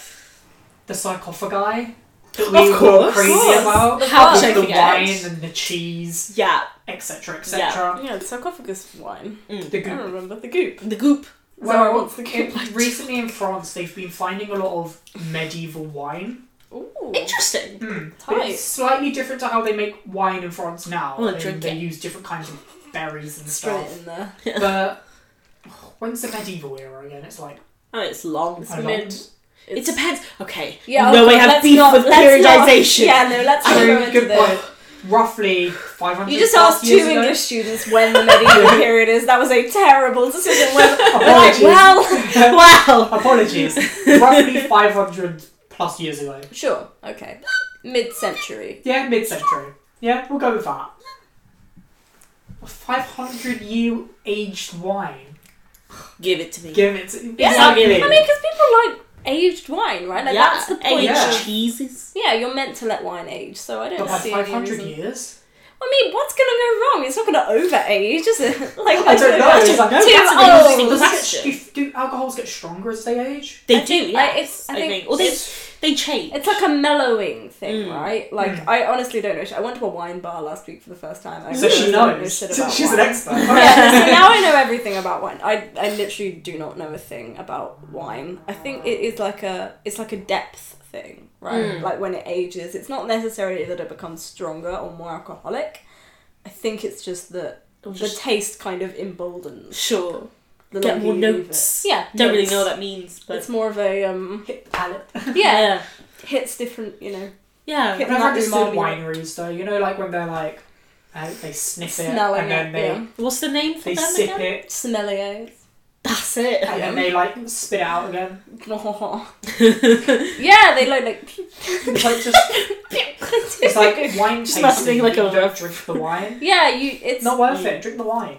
[SPEAKER 3] the sarcophagi that
[SPEAKER 1] Of
[SPEAKER 3] we were
[SPEAKER 1] course.
[SPEAKER 3] crazy
[SPEAKER 2] Of
[SPEAKER 3] about?
[SPEAKER 1] How
[SPEAKER 3] With
[SPEAKER 1] could I
[SPEAKER 3] the
[SPEAKER 1] forget?
[SPEAKER 3] wine and the cheese,
[SPEAKER 1] Yeah.
[SPEAKER 3] etc.,
[SPEAKER 1] Yeah.
[SPEAKER 3] etc.
[SPEAKER 2] Yeah, the sarcophagus wine.
[SPEAKER 1] Mm.
[SPEAKER 3] The
[SPEAKER 2] I
[SPEAKER 3] goop.
[SPEAKER 2] remember the goop.
[SPEAKER 1] The goop.
[SPEAKER 2] Sorry,
[SPEAKER 3] Well,
[SPEAKER 2] what's the
[SPEAKER 3] in-
[SPEAKER 2] goop?
[SPEAKER 3] recently in France, they've been finding a lot of medieval wine.
[SPEAKER 2] Ooh.
[SPEAKER 1] Interesting.
[SPEAKER 3] Mm. But
[SPEAKER 2] Tight.
[SPEAKER 3] it's slightly different to how they make wine in France now.
[SPEAKER 1] Well,
[SPEAKER 3] and
[SPEAKER 1] drink
[SPEAKER 3] they
[SPEAKER 1] it.
[SPEAKER 3] use different kinds of berries and
[SPEAKER 2] Straight
[SPEAKER 3] stuff.
[SPEAKER 2] in there.
[SPEAKER 3] but when's the medieval era again? It's like
[SPEAKER 1] Oh, it's long.
[SPEAKER 2] It's
[SPEAKER 3] I don't-
[SPEAKER 2] mid.
[SPEAKER 1] It
[SPEAKER 2] It's
[SPEAKER 1] depends. Okay.
[SPEAKER 2] Yeah,
[SPEAKER 1] No, we
[SPEAKER 2] okay,
[SPEAKER 1] have
[SPEAKER 2] let's
[SPEAKER 1] beef
[SPEAKER 2] not-
[SPEAKER 1] with
[SPEAKER 2] let's not-
[SPEAKER 1] periodization.
[SPEAKER 2] Yeah, no, let's not go
[SPEAKER 3] so
[SPEAKER 2] into
[SPEAKER 3] good
[SPEAKER 2] the.
[SPEAKER 3] point. Roughly five hundred.
[SPEAKER 2] You just asked two
[SPEAKER 3] years ago.
[SPEAKER 2] English students when the medieval period is. That was a terrible decision. We're like,
[SPEAKER 3] Apologies.
[SPEAKER 2] well,
[SPEAKER 1] wow.
[SPEAKER 3] Apologies. Roughly five hundred plus years ago.
[SPEAKER 2] sure, okay, mid-century.
[SPEAKER 3] Yeah, mid-century. Yeah, we'll go with that. A 500 year aged wine.
[SPEAKER 1] Give it to me.
[SPEAKER 3] Give it to
[SPEAKER 2] Yeah,
[SPEAKER 1] Exactly.
[SPEAKER 2] I mean, because people like aged wine, right? Like
[SPEAKER 1] yeah.
[SPEAKER 2] that's the point.
[SPEAKER 1] aged
[SPEAKER 3] Yeah.
[SPEAKER 1] cheeses.
[SPEAKER 2] Yeah, you're meant to let wine age, so I don't
[SPEAKER 3] But by
[SPEAKER 2] see any
[SPEAKER 3] 500
[SPEAKER 2] reason.
[SPEAKER 3] years?
[SPEAKER 2] I mean, what's gonna go wrong? It's not gonna overage, is it? Like
[SPEAKER 3] I don't know.
[SPEAKER 1] That's, a-
[SPEAKER 3] No,
[SPEAKER 1] that's
[SPEAKER 2] that's
[SPEAKER 1] an
[SPEAKER 2] an
[SPEAKER 1] interesting
[SPEAKER 2] old
[SPEAKER 3] Does it get-
[SPEAKER 1] question.
[SPEAKER 3] do, do alcohols get stronger as they age?
[SPEAKER 1] They
[SPEAKER 2] I
[SPEAKER 1] do.
[SPEAKER 2] think-
[SPEAKER 1] yeah.
[SPEAKER 2] I- it's- I
[SPEAKER 1] I
[SPEAKER 2] think
[SPEAKER 1] think. Or they
[SPEAKER 2] it's-
[SPEAKER 1] they change.
[SPEAKER 2] It's like a mellowing thing,
[SPEAKER 1] Mm.
[SPEAKER 2] right? Like
[SPEAKER 3] Mm.
[SPEAKER 2] I honestly don't know. shit. I went to a wine bar last week for the first time. I
[SPEAKER 3] So
[SPEAKER 2] really
[SPEAKER 3] she
[SPEAKER 2] don't know
[SPEAKER 3] knows.
[SPEAKER 2] shit about
[SPEAKER 3] She's an
[SPEAKER 2] wine.
[SPEAKER 3] expert.
[SPEAKER 2] yeah, so now I know everything about wine. I, I literally do not know a thing about wine. I think it is like a it's like a depth thing, right?
[SPEAKER 1] Mm.
[SPEAKER 2] Like when it ages, it's not necessarily that it becomes stronger or more alcoholic. I think it's just that the taste kind of emboldens.
[SPEAKER 1] sure.
[SPEAKER 2] The
[SPEAKER 1] Get
[SPEAKER 2] longer
[SPEAKER 1] more
[SPEAKER 2] you leave
[SPEAKER 1] notes.
[SPEAKER 2] it. Yeah,
[SPEAKER 1] Don't really
[SPEAKER 2] notes.
[SPEAKER 1] know what that means, but
[SPEAKER 2] It's more of a um,
[SPEAKER 3] Hit the palate.
[SPEAKER 2] yeah,
[SPEAKER 1] yeah,
[SPEAKER 2] hits different. You know,
[SPEAKER 1] yeah.
[SPEAKER 2] Yeah. Not
[SPEAKER 3] I've never understood
[SPEAKER 2] umami.
[SPEAKER 3] wineries though. You know, like when they're like, uh, they sniff it
[SPEAKER 2] smelling
[SPEAKER 3] and then
[SPEAKER 2] it.
[SPEAKER 3] they
[SPEAKER 2] Yeah,
[SPEAKER 1] What's the name for
[SPEAKER 3] they
[SPEAKER 1] them
[SPEAKER 3] sip
[SPEAKER 1] again?
[SPEAKER 3] it
[SPEAKER 2] sommeliers.
[SPEAKER 1] That's it.
[SPEAKER 3] and then they like spit it out again.
[SPEAKER 2] yeah, they look like
[SPEAKER 3] It's like just it's like wine
[SPEAKER 1] Just
[SPEAKER 3] tasting.
[SPEAKER 1] must be like
[SPEAKER 3] you
[SPEAKER 1] a-
[SPEAKER 3] don't drink the wine.
[SPEAKER 2] yeah. You it's
[SPEAKER 3] It's not worth
[SPEAKER 1] Yeah.
[SPEAKER 3] it. Drink the wine.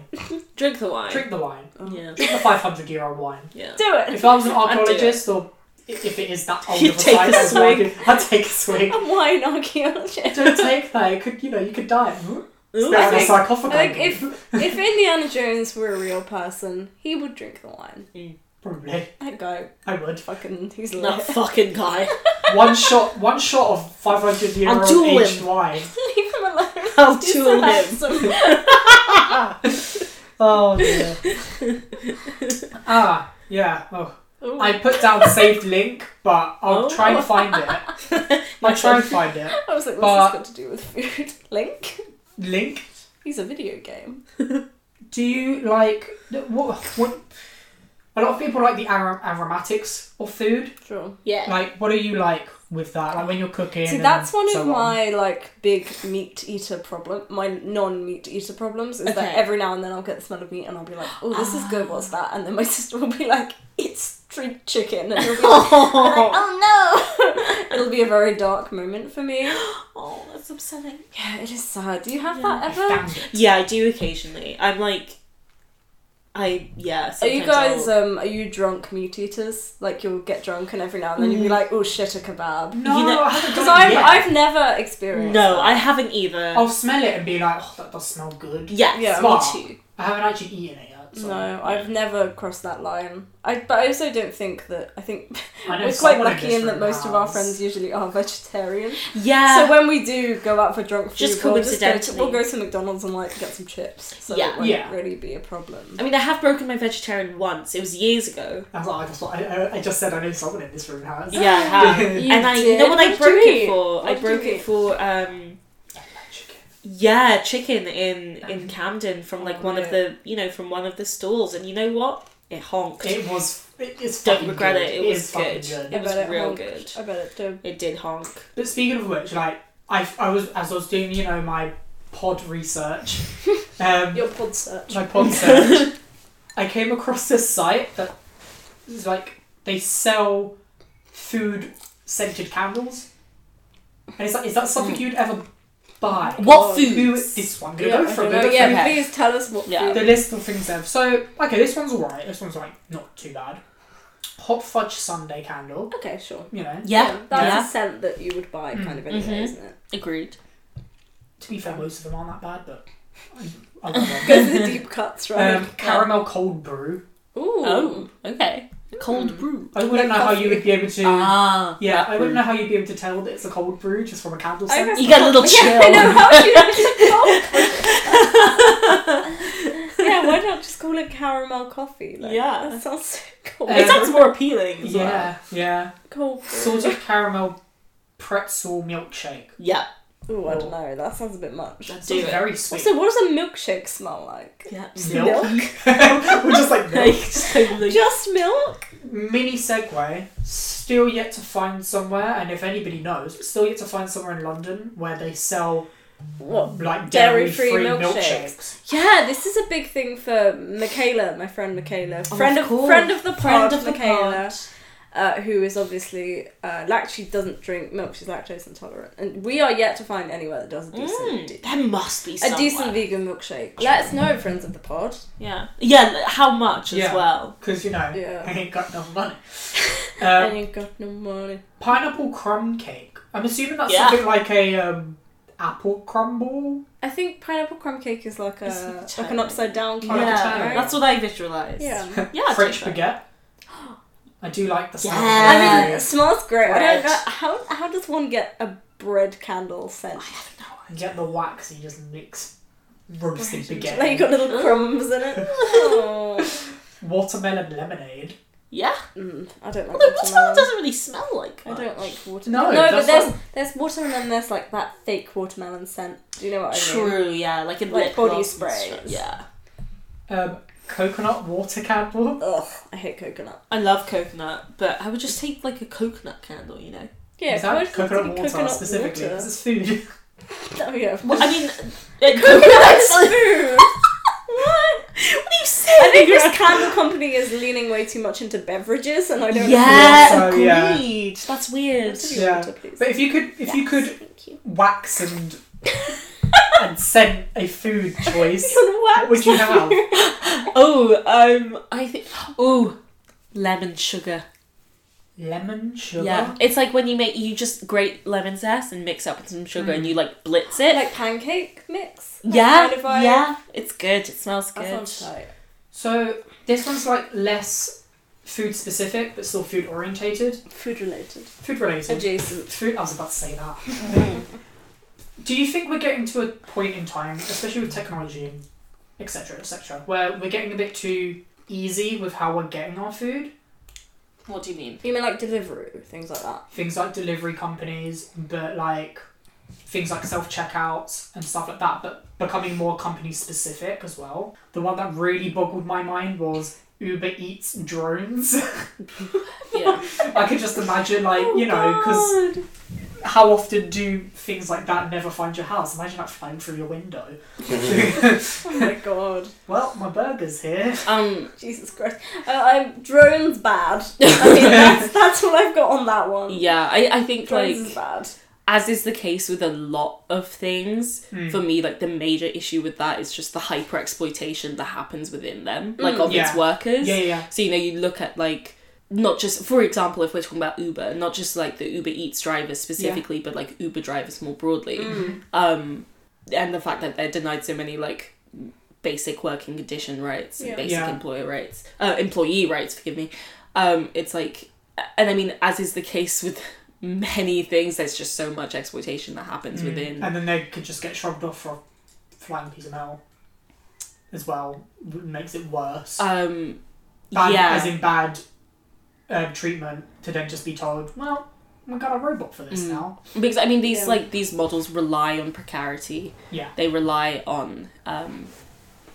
[SPEAKER 1] Drink the wine.
[SPEAKER 3] Drink the wine.
[SPEAKER 1] Yeah,
[SPEAKER 3] Drink the 500 year old wine.
[SPEAKER 1] yeah.
[SPEAKER 2] do it.
[SPEAKER 3] If I was an
[SPEAKER 1] do it.
[SPEAKER 3] archaeologist or i- if it is that old
[SPEAKER 1] You'd
[SPEAKER 3] of a
[SPEAKER 1] take
[SPEAKER 3] site,
[SPEAKER 1] a
[SPEAKER 3] I'd
[SPEAKER 1] swig.
[SPEAKER 3] like- I'd take a swig.
[SPEAKER 2] A wine archaeologist.
[SPEAKER 3] don't take that. It could, you know, you could die.
[SPEAKER 1] Ooh.
[SPEAKER 3] Stay on a
[SPEAKER 2] think-
[SPEAKER 3] sarcophagus.
[SPEAKER 2] I think if Indiana Jones were a real person, he would drink the wine.
[SPEAKER 3] Probably,
[SPEAKER 2] That guy
[SPEAKER 3] I would.
[SPEAKER 2] fucking he's
[SPEAKER 1] That
[SPEAKER 2] lit.
[SPEAKER 1] fucking guy.
[SPEAKER 3] One shot, one shot of 500 year
[SPEAKER 1] I'll duel
[SPEAKER 3] old aged
[SPEAKER 1] him.
[SPEAKER 3] wine.
[SPEAKER 2] Leave him alone.
[SPEAKER 1] I'll
[SPEAKER 2] He's
[SPEAKER 1] duel
[SPEAKER 2] so
[SPEAKER 1] him.
[SPEAKER 2] handsome.
[SPEAKER 3] Oh dear. ah, yeah. Oh. I put down saved link, but I'll
[SPEAKER 1] Oh.
[SPEAKER 3] try and find it. I'll try and find it.
[SPEAKER 2] I was like, what's
[SPEAKER 3] But-
[SPEAKER 2] this got to do with food? Link?
[SPEAKER 3] Link.
[SPEAKER 2] He's a video game.
[SPEAKER 3] Do you like what? What? A lot of people like the arom- aromatics of food.
[SPEAKER 2] Sure.
[SPEAKER 1] yeah.
[SPEAKER 3] Like, what are you like with that? Like when you're cooking.
[SPEAKER 2] See,
[SPEAKER 3] and
[SPEAKER 2] that's one of
[SPEAKER 3] so on.
[SPEAKER 2] my like big meat eater problem. My non meat eater problems is
[SPEAKER 1] Okay.
[SPEAKER 2] that every now and then I'll get the smell of meat and I'll be like, oh, this is good. What's that? And then my sister will be like, it's street chicken, and you'll be like, I'm like, oh no! It'll be a very dark moment for me.
[SPEAKER 1] Oh, that's upsetting.
[SPEAKER 2] Yeah, it is sad. Do you have
[SPEAKER 3] I
[SPEAKER 2] that ever?
[SPEAKER 3] found it.
[SPEAKER 1] Yeah, I do occasionally. I'm like, I yeah.
[SPEAKER 2] Are you
[SPEAKER 1] sometimes
[SPEAKER 2] guys
[SPEAKER 1] I'll-
[SPEAKER 2] um are you drunk meat eaters? Like you'll get drunk and every now and then you'll be like, oh shit, a kebab.
[SPEAKER 3] Mm. No,
[SPEAKER 1] You know-
[SPEAKER 3] I haven't
[SPEAKER 2] Because
[SPEAKER 3] done it
[SPEAKER 2] I've
[SPEAKER 3] yet.
[SPEAKER 2] I've never experienced.
[SPEAKER 1] no, I
[SPEAKER 2] that.
[SPEAKER 1] haven't either.
[SPEAKER 3] I'll smell it and be like, oh, that does smell good.
[SPEAKER 1] yes.
[SPEAKER 2] Oh, yeah,
[SPEAKER 3] smart.
[SPEAKER 2] me too.
[SPEAKER 3] I haven't actually eaten it yet. So
[SPEAKER 2] No, I've never crossed that line. I but I also don't think that I think
[SPEAKER 3] I know
[SPEAKER 2] we're quite
[SPEAKER 3] someone
[SPEAKER 2] lucky
[SPEAKER 3] this
[SPEAKER 2] in that
[SPEAKER 3] room
[SPEAKER 2] most of our
[SPEAKER 3] has. Uh,
[SPEAKER 2] friends usually are vegetarian.
[SPEAKER 1] Yeah.
[SPEAKER 2] so when we do go out for drunk food,
[SPEAKER 1] Just
[SPEAKER 2] we'll, just go to,
[SPEAKER 1] coincidentally.
[SPEAKER 2] we'll go to McDonald's and like get some chips. So
[SPEAKER 1] Yeah.
[SPEAKER 2] it won't
[SPEAKER 3] Yeah.
[SPEAKER 2] really be a problem.
[SPEAKER 1] I mean, I have broken my vegetarian once. It was years ago.
[SPEAKER 3] I was like, I just, I, I- I just said I know someone in this room has.
[SPEAKER 1] Yeah, I have.
[SPEAKER 2] You
[SPEAKER 1] and I, you
[SPEAKER 2] did?
[SPEAKER 1] know what I
[SPEAKER 2] did
[SPEAKER 1] broke
[SPEAKER 2] you
[SPEAKER 1] it
[SPEAKER 2] eat?
[SPEAKER 1] for?
[SPEAKER 2] What
[SPEAKER 1] I
[SPEAKER 2] did
[SPEAKER 1] broke
[SPEAKER 2] you
[SPEAKER 1] it
[SPEAKER 2] eat?
[SPEAKER 1] for um
[SPEAKER 3] Chicken.
[SPEAKER 1] yeah, chicken in in Camden from like
[SPEAKER 2] Um, Oh,
[SPEAKER 1] one of
[SPEAKER 2] right.
[SPEAKER 1] the you know from one of the stalls, and you know what? It honked. It,
[SPEAKER 3] It was. It, it's
[SPEAKER 1] Don't
[SPEAKER 3] fucking
[SPEAKER 1] regret
[SPEAKER 3] good.
[SPEAKER 1] it, it
[SPEAKER 3] It
[SPEAKER 1] was
[SPEAKER 3] is fucking
[SPEAKER 1] good.
[SPEAKER 2] I
[SPEAKER 1] was
[SPEAKER 2] bet it
[SPEAKER 1] real
[SPEAKER 2] honked.
[SPEAKER 1] good.
[SPEAKER 2] I bet it did.
[SPEAKER 1] did honk.
[SPEAKER 3] But speaking of which, like I, I was as I was doing, you know, my pod research, um,
[SPEAKER 2] Your pod search.
[SPEAKER 3] my pod search, I came across this site that is like they sell food scented candles, and it's like, is that something you'd ever buy?
[SPEAKER 1] Hmm. What
[SPEAKER 3] food?
[SPEAKER 1] foods?
[SPEAKER 3] This one.
[SPEAKER 2] Yeah,
[SPEAKER 3] Go
[SPEAKER 2] I
[SPEAKER 3] for it.
[SPEAKER 2] don't know.
[SPEAKER 3] Go for
[SPEAKER 2] yeah
[SPEAKER 3] it.
[SPEAKER 1] Okay.
[SPEAKER 2] please tell us what
[SPEAKER 1] Yeah.
[SPEAKER 2] food.
[SPEAKER 3] the list of things there. So okay, this one's alright. This one's like not too bad. Hot fudge sundae candle.
[SPEAKER 2] Okay, sure. Um,
[SPEAKER 3] You know,
[SPEAKER 1] Yeah,
[SPEAKER 2] That's
[SPEAKER 1] yeah.
[SPEAKER 2] a scent that you would buy kind of anyway,
[SPEAKER 1] Mhm.
[SPEAKER 2] isn't it?
[SPEAKER 1] Agreed.
[SPEAKER 3] to be fair, most of them aren't that bad, but I, I love them.
[SPEAKER 2] Go for the deep cuts, right?
[SPEAKER 3] Um, caramel cold brew.
[SPEAKER 2] Ooh. Hmm.
[SPEAKER 1] Oh, okay. Cold brew.
[SPEAKER 3] I wouldn't know
[SPEAKER 2] Like
[SPEAKER 3] how you
[SPEAKER 2] coffee.
[SPEAKER 3] would be able to.
[SPEAKER 1] Ah,
[SPEAKER 3] yeah,
[SPEAKER 1] that
[SPEAKER 3] I wouldn't
[SPEAKER 1] brew.
[SPEAKER 3] know how you'd be able to tell that it's a cold brew just from a candle
[SPEAKER 2] I
[SPEAKER 3] scent.
[SPEAKER 2] guess
[SPEAKER 1] You get a little
[SPEAKER 2] Yeah, I
[SPEAKER 1] chill.
[SPEAKER 2] know, how would you just call Yeah, why not just call it caramel coffee? Like,
[SPEAKER 1] Yeah.
[SPEAKER 2] That sounds so cool.
[SPEAKER 3] Uh,
[SPEAKER 1] it sounds more appealing. As Well.
[SPEAKER 3] Yeah, yeah.
[SPEAKER 2] cool.
[SPEAKER 3] Sort of caramel pretzel milkshake.
[SPEAKER 1] Yeah.
[SPEAKER 2] Ooh, I don't know, that sounds a bit much.
[SPEAKER 1] Let's do
[SPEAKER 3] It's
[SPEAKER 1] it.
[SPEAKER 3] very sweet.
[SPEAKER 2] Also, what does a milkshake smell like?
[SPEAKER 1] Yeah.
[SPEAKER 3] milk. We're just like milk.
[SPEAKER 2] Just milk?
[SPEAKER 3] mini segue. Still yet to find somewhere, and if anybody knows, still yet to find somewhere in London where they sell
[SPEAKER 2] What?
[SPEAKER 3] like
[SPEAKER 2] Dairy-free
[SPEAKER 3] dairy-free
[SPEAKER 2] milkshakes.
[SPEAKER 3] milkshakes.
[SPEAKER 2] Yeah, this is a big thing for Michaela, my friend Michaela.
[SPEAKER 1] Oh,
[SPEAKER 2] Friend
[SPEAKER 1] of
[SPEAKER 2] of,
[SPEAKER 1] course.
[SPEAKER 2] friend of the pod,
[SPEAKER 1] friend of the
[SPEAKER 2] Michaela.
[SPEAKER 1] pod.
[SPEAKER 2] uh, who is obviously uh, lact- she doesn't drink milk. She's lactose intolerant, and we are yet to find anywhere that does a decent,
[SPEAKER 1] Mm,
[SPEAKER 2] de-
[SPEAKER 1] there must be
[SPEAKER 2] a
[SPEAKER 1] somewhere.
[SPEAKER 2] decent vegan milkshake. Let us know, friends of the pod.
[SPEAKER 1] Yeah. Yeah. How much as
[SPEAKER 3] Yeah.
[SPEAKER 1] well?
[SPEAKER 3] Because you know,
[SPEAKER 2] Yeah.
[SPEAKER 3] I ain't got no money.
[SPEAKER 2] and
[SPEAKER 3] Um,
[SPEAKER 2] you got no money.
[SPEAKER 3] pineapple crumb cake. I'm assuming that's
[SPEAKER 1] Yeah.
[SPEAKER 3] something like a um, apple crumble.
[SPEAKER 2] I think pineapple crumb cake is like
[SPEAKER 1] It's
[SPEAKER 2] a
[SPEAKER 1] like a
[SPEAKER 2] like an
[SPEAKER 1] turn.
[SPEAKER 2] upside down
[SPEAKER 3] Yeah.
[SPEAKER 2] kind of
[SPEAKER 3] Yeah.
[SPEAKER 2] turn, right?
[SPEAKER 1] That's what I visualized.
[SPEAKER 2] yeah.
[SPEAKER 1] Yeah. I'd
[SPEAKER 3] French
[SPEAKER 1] take that.
[SPEAKER 3] baguette. I do like the sound.
[SPEAKER 2] I mean,
[SPEAKER 3] Of
[SPEAKER 2] smells great. I
[SPEAKER 3] Bread.
[SPEAKER 2] don't know how how does one get a bread candle scent?
[SPEAKER 3] and get the wax and you just mix roasted baguette.
[SPEAKER 2] Like you got little crumbs in it. Oh.
[SPEAKER 3] Watermelon lemonade.
[SPEAKER 1] Yeah.
[SPEAKER 2] Mm, I don't
[SPEAKER 1] Although
[SPEAKER 2] like
[SPEAKER 1] watermelon
[SPEAKER 2] watermelon.
[SPEAKER 1] doesn't really smell like
[SPEAKER 2] I
[SPEAKER 1] much.
[SPEAKER 2] don't like
[SPEAKER 3] No,
[SPEAKER 2] watermelon. No, but
[SPEAKER 3] that's
[SPEAKER 2] there's
[SPEAKER 3] not-
[SPEAKER 2] there's watermelon and there's like that fake watermelon scent. Do you know what I mean?
[SPEAKER 1] True, yeah, like in
[SPEAKER 2] Like
[SPEAKER 1] lip
[SPEAKER 2] body
[SPEAKER 1] gloss and
[SPEAKER 2] sprays.
[SPEAKER 1] stuff, Yeah,
[SPEAKER 3] Um, coconut water candle.
[SPEAKER 2] Ugh, I hate coconut.
[SPEAKER 1] I love coconut, but I would just take like a coconut candle, you know.
[SPEAKER 2] Yeah,
[SPEAKER 3] Is that
[SPEAKER 2] why does it have to
[SPEAKER 3] coconut
[SPEAKER 2] be
[SPEAKER 3] water specifically?
[SPEAKER 2] water?
[SPEAKER 3] Because it's food.
[SPEAKER 2] Oh yeah.
[SPEAKER 1] Well, I mean,
[SPEAKER 2] Coconut's
[SPEAKER 1] coconut.
[SPEAKER 2] food. what?
[SPEAKER 1] what are you
[SPEAKER 2] I think
[SPEAKER 1] saying?
[SPEAKER 2] this candle company is leaning way too much into beverages, and I don't.
[SPEAKER 1] yeah,
[SPEAKER 3] So, yeah.
[SPEAKER 1] agreed. That's weird.
[SPEAKER 2] That's
[SPEAKER 3] Yeah.
[SPEAKER 2] Water, please.
[SPEAKER 3] But if you could, if you
[SPEAKER 2] Yes,
[SPEAKER 3] could
[SPEAKER 2] Thank you.
[SPEAKER 3] wax and and scent a food choice, what would you have?
[SPEAKER 1] Oh, um, I think. Oh, lemon sugar.
[SPEAKER 3] Lemon sugar.
[SPEAKER 1] Yeah, it's like when you make you just grate lemon zest and mix up with some sugar and you like blitz it.
[SPEAKER 2] Mm. Like pancake mix. Like
[SPEAKER 1] yeah,
[SPEAKER 2] kind of vibe.
[SPEAKER 1] yeah, it's good. It smells
[SPEAKER 2] That
[SPEAKER 1] good.
[SPEAKER 2] sounds tight.
[SPEAKER 3] So this one's like less food specific, but still food orientated,
[SPEAKER 2] Food related.
[SPEAKER 3] food related.
[SPEAKER 2] Adjacent.
[SPEAKER 3] Food. I was about to say that.
[SPEAKER 1] Mm.
[SPEAKER 3] Do you think we're getting to a point in time, especially with technology, and etc., etc., where we're getting a bit too easy with how we're getting our food?
[SPEAKER 1] What do you mean?
[SPEAKER 2] You mean like Deliveroo, things like that.
[SPEAKER 3] Things like delivery companies, but like things like self checkouts and stuff like that, but becoming more company specific as well. The one that really boggled my mind was Uber Eats drones.
[SPEAKER 1] Yeah.
[SPEAKER 3] I could just imagine, like,
[SPEAKER 2] Oh
[SPEAKER 3] you know, because how often do things like that never find your house? Imagine that flying through your window.
[SPEAKER 2] Oh my god.
[SPEAKER 3] well, my burger's here.
[SPEAKER 1] Um,
[SPEAKER 2] Jesus Christ. Uh, I'm drones bad. I mean, that's, that's what I've got on that one.
[SPEAKER 1] yeah, I, I think
[SPEAKER 2] Drones
[SPEAKER 1] like
[SPEAKER 2] is bad.
[SPEAKER 1] as is the case with a lot of things
[SPEAKER 3] Mm.
[SPEAKER 1] for me like the major issue with that is just the hyper exploitation that happens within them
[SPEAKER 2] Mm.
[SPEAKER 1] like of its
[SPEAKER 3] Yeah.
[SPEAKER 1] workers
[SPEAKER 3] Yeah, yeah, yeah.
[SPEAKER 1] so you know you look at like not just for example if we're talking about uber not just like the uber eats drivers specifically but like uber drivers more broadly
[SPEAKER 2] Mm.
[SPEAKER 1] um and the fact that they're denied so many like basic working condition rights and
[SPEAKER 2] Yeah.
[SPEAKER 1] basic
[SPEAKER 3] Yeah.
[SPEAKER 1] employer rights uh, employee rights forgive me um it's like and i mean as is the case with many things there's just so much exploitation that happens within
[SPEAKER 3] Mm. And then they could just get shrugged off for a flying piece of metal as well. w- Makes it worse.
[SPEAKER 1] um
[SPEAKER 3] bad,
[SPEAKER 1] yeah
[SPEAKER 3] As in bad uh, treatment to then just be told, well, we got a robot for this
[SPEAKER 1] Mm.
[SPEAKER 3] now.
[SPEAKER 1] because i mean these
[SPEAKER 2] Yeah.
[SPEAKER 1] like these models rely on precarity
[SPEAKER 3] Yeah.
[SPEAKER 1] they rely on um,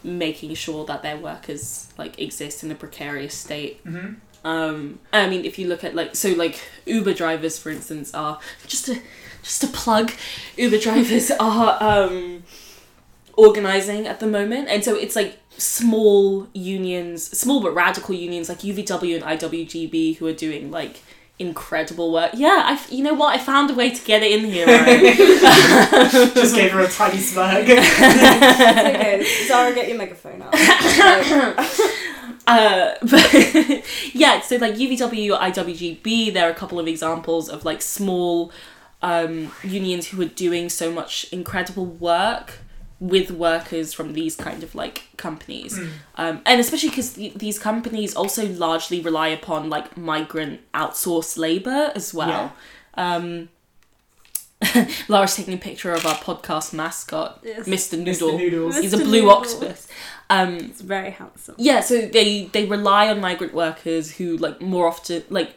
[SPEAKER 1] making sure that their workers like exist in a precarious state.
[SPEAKER 3] Mhm.
[SPEAKER 1] Um, I mean, if you look at like so, like Uber drivers, for instance, are just a just a plug. Uber drivers are um, organizing at the moment, and so it's like small unions, small but radical unions like UVW and IWGB who are doing like incredible work. Yeah, I f- you know what? I found a way to get it in here. Right?
[SPEAKER 3] just gave her a tiny smirk. Mm.
[SPEAKER 2] It's okay. Zara, get your megaphone out. Like,
[SPEAKER 1] Uh, but yeah, so like UVW, IWGB, there are a couple of examples of like small um, unions who are doing so much incredible work with workers from these kind of like companies.
[SPEAKER 3] Mm.
[SPEAKER 1] Um, and especially because th- these companies also largely rely upon like migrant outsourced labor as well. Um, Lara's taking a picture of our podcast mascot,
[SPEAKER 2] Yes.
[SPEAKER 1] Mr.
[SPEAKER 3] Mr.
[SPEAKER 1] Noodle.
[SPEAKER 3] Noodles.
[SPEAKER 1] He's a
[SPEAKER 2] Mr.
[SPEAKER 1] blue
[SPEAKER 2] Noodle.
[SPEAKER 1] octopus. Um,
[SPEAKER 2] it's very handsome.
[SPEAKER 1] yeah so they they rely on migrant workers who like more often like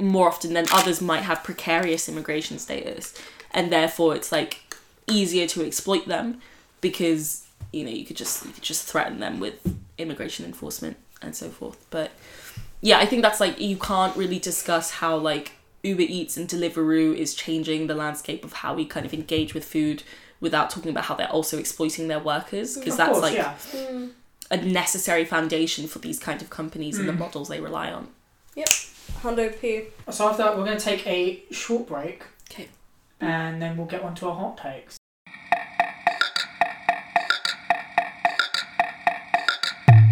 [SPEAKER 1] more often than others might have precarious immigration status and therefore it's like easier to exploit them because you know you could just you could just threaten them with immigration enforcement and so forth but yeah i think that's like you can't really discuss how like uber eats and deliveroo is changing the landscape of how we kind of engage with food without talking about how they're also exploiting their workers because
[SPEAKER 3] Of
[SPEAKER 1] that's
[SPEAKER 3] course,
[SPEAKER 1] like
[SPEAKER 3] yeah.
[SPEAKER 2] Mm.
[SPEAKER 1] a necessary foundation for these kind of companies and the models they rely on.
[SPEAKER 2] Hondo P.
[SPEAKER 3] So after that, we're going to take a short break.
[SPEAKER 1] 'Kay.
[SPEAKER 3] And then we'll get on to our hot takes.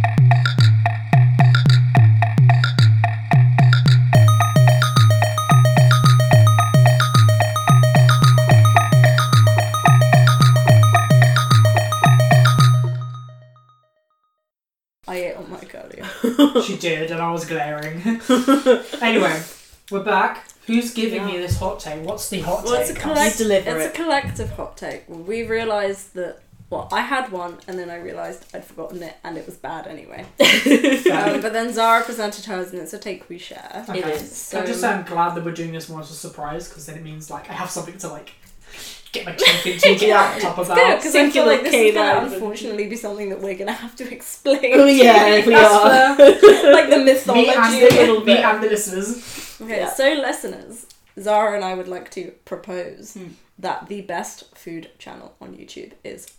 [SPEAKER 2] I ate all my cardio.
[SPEAKER 3] she did, and I was glaring. anyway, we're back. Who's giving me this hot take? What's the hot
[SPEAKER 2] Well, it's a
[SPEAKER 3] take?
[SPEAKER 2] collect-
[SPEAKER 3] deliver
[SPEAKER 2] It's a
[SPEAKER 3] it.
[SPEAKER 2] collective hot take. We realised that. Well, I had one, and then I realised I'd forgotten it, and it was bad anyway. um, but then Zara presented hers, and it's a take we share.
[SPEAKER 3] Okay.
[SPEAKER 1] It is.
[SPEAKER 2] So
[SPEAKER 3] I'm just saying, I'm glad that we're doing this more as a surprise because then it means like I have something to like get my teeth into, get out top of
[SPEAKER 2] good
[SPEAKER 3] that.
[SPEAKER 2] because I feel
[SPEAKER 1] Singular
[SPEAKER 2] like this is gonna
[SPEAKER 1] canines.
[SPEAKER 2] unfortunately be something that we're gonna have to explain.
[SPEAKER 1] Oh, yeah,
[SPEAKER 2] to
[SPEAKER 1] we
[SPEAKER 2] you.
[SPEAKER 1] are.
[SPEAKER 2] That's the- like the mythology.
[SPEAKER 3] Me and, the, me
[SPEAKER 2] bit.
[SPEAKER 3] and the listeners.
[SPEAKER 2] Okay,
[SPEAKER 1] Yeah.
[SPEAKER 2] so listeners, Zara and I would like to propose
[SPEAKER 1] Hmm.
[SPEAKER 2] that the best food channel on YouTube is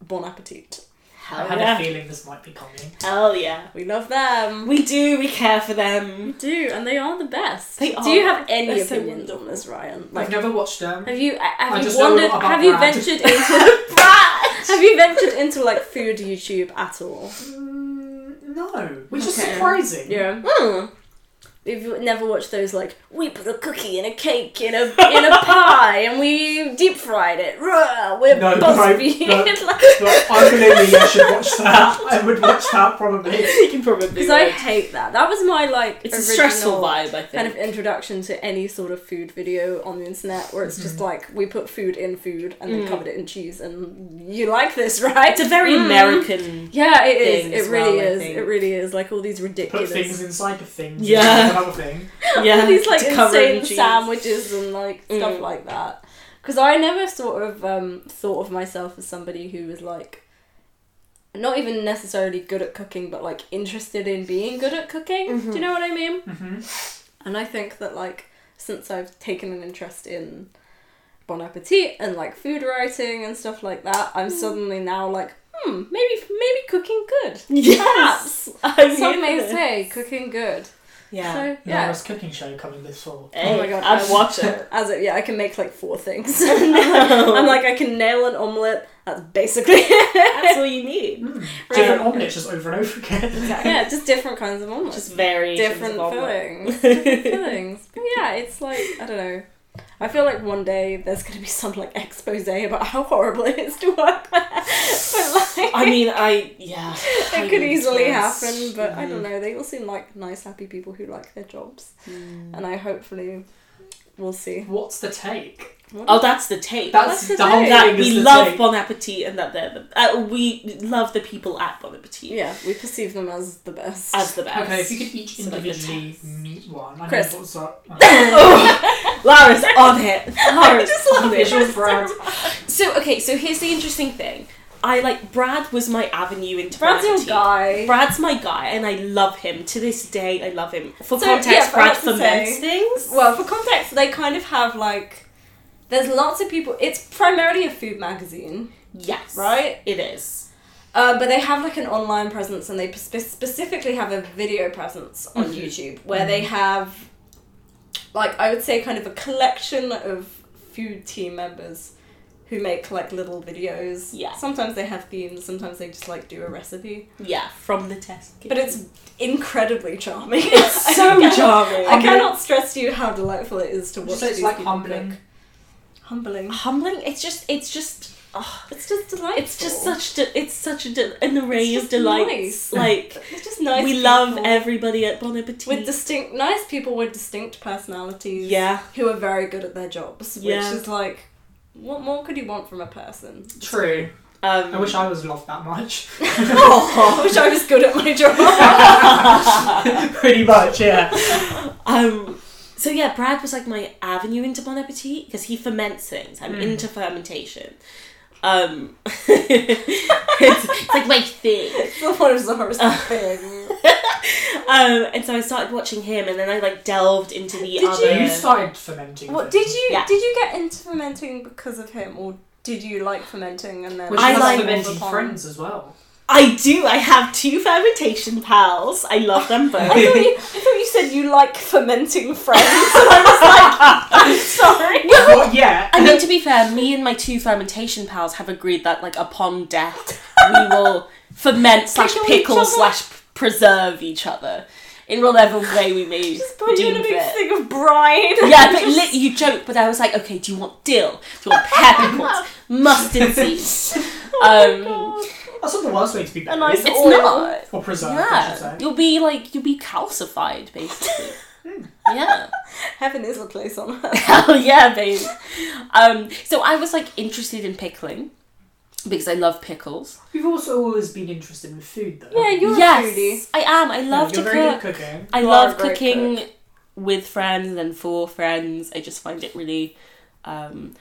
[SPEAKER 2] Bon Appetit.
[SPEAKER 3] I
[SPEAKER 1] Hell
[SPEAKER 3] had
[SPEAKER 1] yeah.
[SPEAKER 3] a feeling this might be coming.
[SPEAKER 1] Hell yeah.
[SPEAKER 2] We love them.
[SPEAKER 1] We do, we care for them.
[SPEAKER 2] do, and they are the best.
[SPEAKER 1] They
[SPEAKER 2] do you
[SPEAKER 1] are.
[SPEAKER 2] have any
[SPEAKER 1] They're so
[SPEAKER 2] opinions
[SPEAKER 1] wonderful.
[SPEAKER 2] on this, Ryan?
[SPEAKER 3] I've
[SPEAKER 2] Like,
[SPEAKER 3] never watched um, them.
[SPEAKER 2] have you uh, have
[SPEAKER 3] I
[SPEAKER 2] you
[SPEAKER 3] just know
[SPEAKER 2] wandered?
[SPEAKER 3] about
[SPEAKER 2] Have you
[SPEAKER 3] Brad.
[SPEAKER 2] ventured into have you ventured into like food YouTube at all?
[SPEAKER 3] Mm, no, which is
[SPEAKER 1] Okay.
[SPEAKER 3] surprising.
[SPEAKER 2] Yeah. If you Hmm. never watched those, like we put a cookie in a cake in a in a pie and we deep fried it. Ruh, we're
[SPEAKER 3] No, no,
[SPEAKER 2] Busby.
[SPEAKER 3] no.
[SPEAKER 2] Like-
[SPEAKER 3] But arguably, I should watch that. I would watch that probably.
[SPEAKER 1] you probably
[SPEAKER 2] Because I hate that. That was my like
[SPEAKER 1] It's a
[SPEAKER 2] original
[SPEAKER 1] stressful vibe, I think.
[SPEAKER 2] kind of introduction to any sort of food video on the internet, where it's
[SPEAKER 3] Mm-hmm.
[SPEAKER 2] just like we put food in food and then
[SPEAKER 1] Mm.
[SPEAKER 2] covered it in cheese, and you like this, right?
[SPEAKER 1] it's a very
[SPEAKER 2] Mm.
[SPEAKER 1] American.
[SPEAKER 2] Yeah, it
[SPEAKER 1] thing
[SPEAKER 2] is.
[SPEAKER 1] as
[SPEAKER 2] It really
[SPEAKER 1] well, I
[SPEAKER 2] is.
[SPEAKER 1] think.
[SPEAKER 2] It really is. Like all these
[SPEAKER 3] Put
[SPEAKER 2] ridiculous,
[SPEAKER 3] things inside of things.
[SPEAKER 1] Yeah.
[SPEAKER 3] inside of Another thing.
[SPEAKER 1] Yeah.
[SPEAKER 2] all these like
[SPEAKER 1] to cover in
[SPEAKER 2] insane
[SPEAKER 1] cheese.
[SPEAKER 2] sandwiches and like stuff
[SPEAKER 1] Mm.
[SPEAKER 2] like that. Because I never sort of um, thought of myself as somebody who was like. Not even necessarily good at cooking, but like interested in being good at cooking.
[SPEAKER 1] Mm-hmm.
[SPEAKER 2] Do you know what I mean?
[SPEAKER 3] hmm
[SPEAKER 2] And I think that like since I've taken an interest in Bon Appetit and like food writing and stuff like that, I'm
[SPEAKER 1] Mm.
[SPEAKER 2] suddenly now like, hmm, maybe maybe cooking good.
[SPEAKER 1] Yes. I
[SPEAKER 2] Some may
[SPEAKER 1] mean,
[SPEAKER 2] say cooking good.
[SPEAKER 1] Yeah.
[SPEAKER 2] So
[SPEAKER 3] Yeah.
[SPEAKER 2] yeah.
[SPEAKER 3] There's cooking show coming this fall.
[SPEAKER 1] Hey,
[SPEAKER 2] Oh my god,
[SPEAKER 1] I'd
[SPEAKER 2] I'm-
[SPEAKER 1] watch it.
[SPEAKER 2] As it yeah, I can make like four things. I'm like I can nail an omelette. That's basically it.
[SPEAKER 1] That's all you need.
[SPEAKER 3] Mm.
[SPEAKER 2] Right.
[SPEAKER 3] Different omelette just over and over again.
[SPEAKER 2] yeah, just different kinds of omelettes.
[SPEAKER 1] Just variations
[SPEAKER 2] different
[SPEAKER 1] of omelette.
[SPEAKER 2] fillings. different fillings. But yeah, it's like I don't know. I feel like one day there's gonna be some like expose about how horrible it is to work there. but like
[SPEAKER 1] I mean, I Mm-hmm. yeah.
[SPEAKER 2] it could easily happen, but I don't know. They all seem like nice, happy people who like their jobs, and I hopefully we'll see.
[SPEAKER 3] What's the take?
[SPEAKER 2] What
[SPEAKER 1] Oh, that's the tape.
[SPEAKER 3] That's,
[SPEAKER 2] That's the
[SPEAKER 3] the whole
[SPEAKER 2] take.
[SPEAKER 1] that
[SPEAKER 3] thing is
[SPEAKER 1] we
[SPEAKER 3] the
[SPEAKER 1] love
[SPEAKER 3] take.
[SPEAKER 1] Bon Appetit and that they're the, uh, we love the people at Bon Appetit
[SPEAKER 2] yeah, we perceive them as the best.
[SPEAKER 1] as the best.
[SPEAKER 3] Okay, if you could each
[SPEAKER 1] So, like, the
[SPEAKER 3] individually
[SPEAKER 1] test.
[SPEAKER 3] meet one, I
[SPEAKER 2] Chris.
[SPEAKER 3] know what's up. I
[SPEAKER 1] Oh, Lara's on it. Lara's
[SPEAKER 2] just love
[SPEAKER 1] on
[SPEAKER 2] it.
[SPEAKER 1] it.
[SPEAKER 3] Visual Brad.
[SPEAKER 1] So okay, so here's the interesting thing. I like Brad was my avenue into
[SPEAKER 2] Brad's
[SPEAKER 1] Bon
[SPEAKER 2] your
[SPEAKER 1] Appetit.
[SPEAKER 2] guy.
[SPEAKER 1] Brad's my guy, and I love him to this day. I love him. For
[SPEAKER 2] So,
[SPEAKER 1] context,
[SPEAKER 2] yeah, but
[SPEAKER 1] Brad
[SPEAKER 2] that's the
[SPEAKER 1] ferments
[SPEAKER 2] same.
[SPEAKER 1] things.
[SPEAKER 2] Well, for context, they kind of have like. There's lots of people. It's primarily a food magazine,
[SPEAKER 1] yes,
[SPEAKER 2] right?
[SPEAKER 1] It is.
[SPEAKER 2] Uh, but they have like an online presence and they spe- specifically have a video presence on
[SPEAKER 1] Mhm.
[SPEAKER 2] YouTube where they have, like, I would say kind of a collection of food team members who make like little videos.
[SPEAKER 1] Yeah.
[SPEAKER 2] Sometimes they have themes, sometimes they just like do a recipe.
[SPEAKER 1] Yeah, from the test.
[SPEAKER 2] But it's incredibly charming.
[SPEAKER 1] it's so
[SPEAKER 2] I, cannot-
[SPEAKER 1] charming.
[SPEAKER 2] I cannot stress to you how delightful it is to watch
[SPEAKER 3] So it's
[SPEAKER 2] these
[SPEAKER 3] like
[SPEAKER 2] people
[SPEAKER 3] humbling.
[SPEAKER 2] cook. Humbling.
[SPEAKER 1] humbling. It's just. It's just. oh,
[SPEAKER 2] It's just delightful.
[SPEAKER 1] it's just such. De- it's such a de- an array
[SPEAKER 2] It's
[SPEAKER 1] of
[SPEAKER 2] just
[SPEAKER 1] delights.
[SPEAKER 2] nice.
[SPEAKER 1] Like
[SPEAKER 2] They're just nice.
[SPEAKER 1] we love
[SPEAKER 2] people.
[SPEAKER 1] everybody at Bon Appetit.
[SPEAKER 2] with distinct nice people with distinct personalities
[SPEAKER 1] yeah,
[SPEAKER 2] who are very good at their jobs
[SPEAKER 1] Yeah.
[SPEAKER 2] which is like what more could you want from a person
[SPEAKER 3] True.
[SPEAKER 1] um,
[SPEAKER 3] I wish I was loved that much.
[SPEAKER 2] i wish i was good at my job
[SPEAKER 3] Pretty much, yeah.
[SPEAKER 1] Um, so yeah, Brad was like my avenue into Bon Appetit because he ferments things. I'm
[SPEAKER 2] Hmm.
[SPEAKER 3] Mm.
[SPEAKER 1] into fermentation. Um, it's, it's like my thing.
[SPEAKER 2] it's the one of Zara's thing
[SPEAKER 1] Um, and so I started watching him, and then I like delved into the
[SPEAKER 2] Did
[SPEAKER 1] other.
[SPEAKER 3] You started fermenting.
[SPEAKER 2] what
[SPEAKER 3] things.
[SPEAKER 2] did you
[SPEAKER 1] Yeah.
[SPEAKER 2] did you get into fermenting because of him or did you like fermenting and then
[SPEAKER 3] Which
[SPEAKER 1] I
[SPEAKER 3] I
[SPEAKER 1] like-
[SPEAKER 3] like
[SPEAKER 2] All
[SPEAKER 3] fermenting
[SPEAKER 2] the
[SPEAKER 3] friends as well.
[SPEAKER 1] I do. I have two fermentation pals. I love them
[SPEAKER 2] I
[SPEAKER 1] both.
[SPEAKER 2] thought, you, I thought you said you like fermenting friends, and I was like, I'm sorry.
[SPEAKER 3] Not yet.
[SPEAKER 1] I mean, to be fair, me and my two fermentation pals have agreed that like upon death, we will ferment slash
[SPEAKER 2] Pickle each
[SPEAKER 1] pickle
[SPEAKER 2] other.
[SPEAKER 1] slash preserve each other in whatever way we may
[SPEAKER 2] Just put you in a
[SPEAKER 1] deem
[SPEAKER 2] big
[SPEAKER 1] fit.
[SPEAKER 2] thing of brine.
[SPEAKER 1] Yeah, but lit, you joke, but I was like, okay, do you want dill? Do you want peppercorns? Mustard seeds?
[SPEAKER 2] Oh my
[SPEAKER 1] Um,
[SPEAKER 2] God.
[SPEAKER 3] That's not the worst way to be
[SPEAKER 2] A
[SPEAKER 3] buried.
[SPEAKER 2] nice
[SPEAKER 1] It's
[SPEAKER 2] oil.
[SPEAKER 1] not.
[SPEAKER 3] Or preserved, I should
[SPEAKER 1] Yeah,
[SPEAKER 3] say.
[SPEAKER 1] you'll be like you'll be calcified basically.
[SPEAKER 2] Hmm.
[SPEAKER 1] yeah.
[SPEAKER 2] Heaven is a place on earth.
[SPEAKER 1] Hell yeah, babe. Um, so I was like interested in pickling because I love pickles.
[SPEAKER 3] You've also always been interested in food, though.
[SPEAKER 2] Yeah, you're
[SPEAKER 1] yes,
[SPEAKER 2] a foodie.
[SPEAKER 1] I am. I love
[SPEAKER 3] You're
[SPEAKER 1] to
[SPEAKER 3] very
[SPEAKER 1] cook.
[SPEAKER 3] good at cooking.
[SPEAKER 1] I
[SPEAKER 2] You
[SPEAKER 1] love
[SPEAKER 2] are a great
[SPEAKER 1] cooking with friends and for friends. I just find it really, um,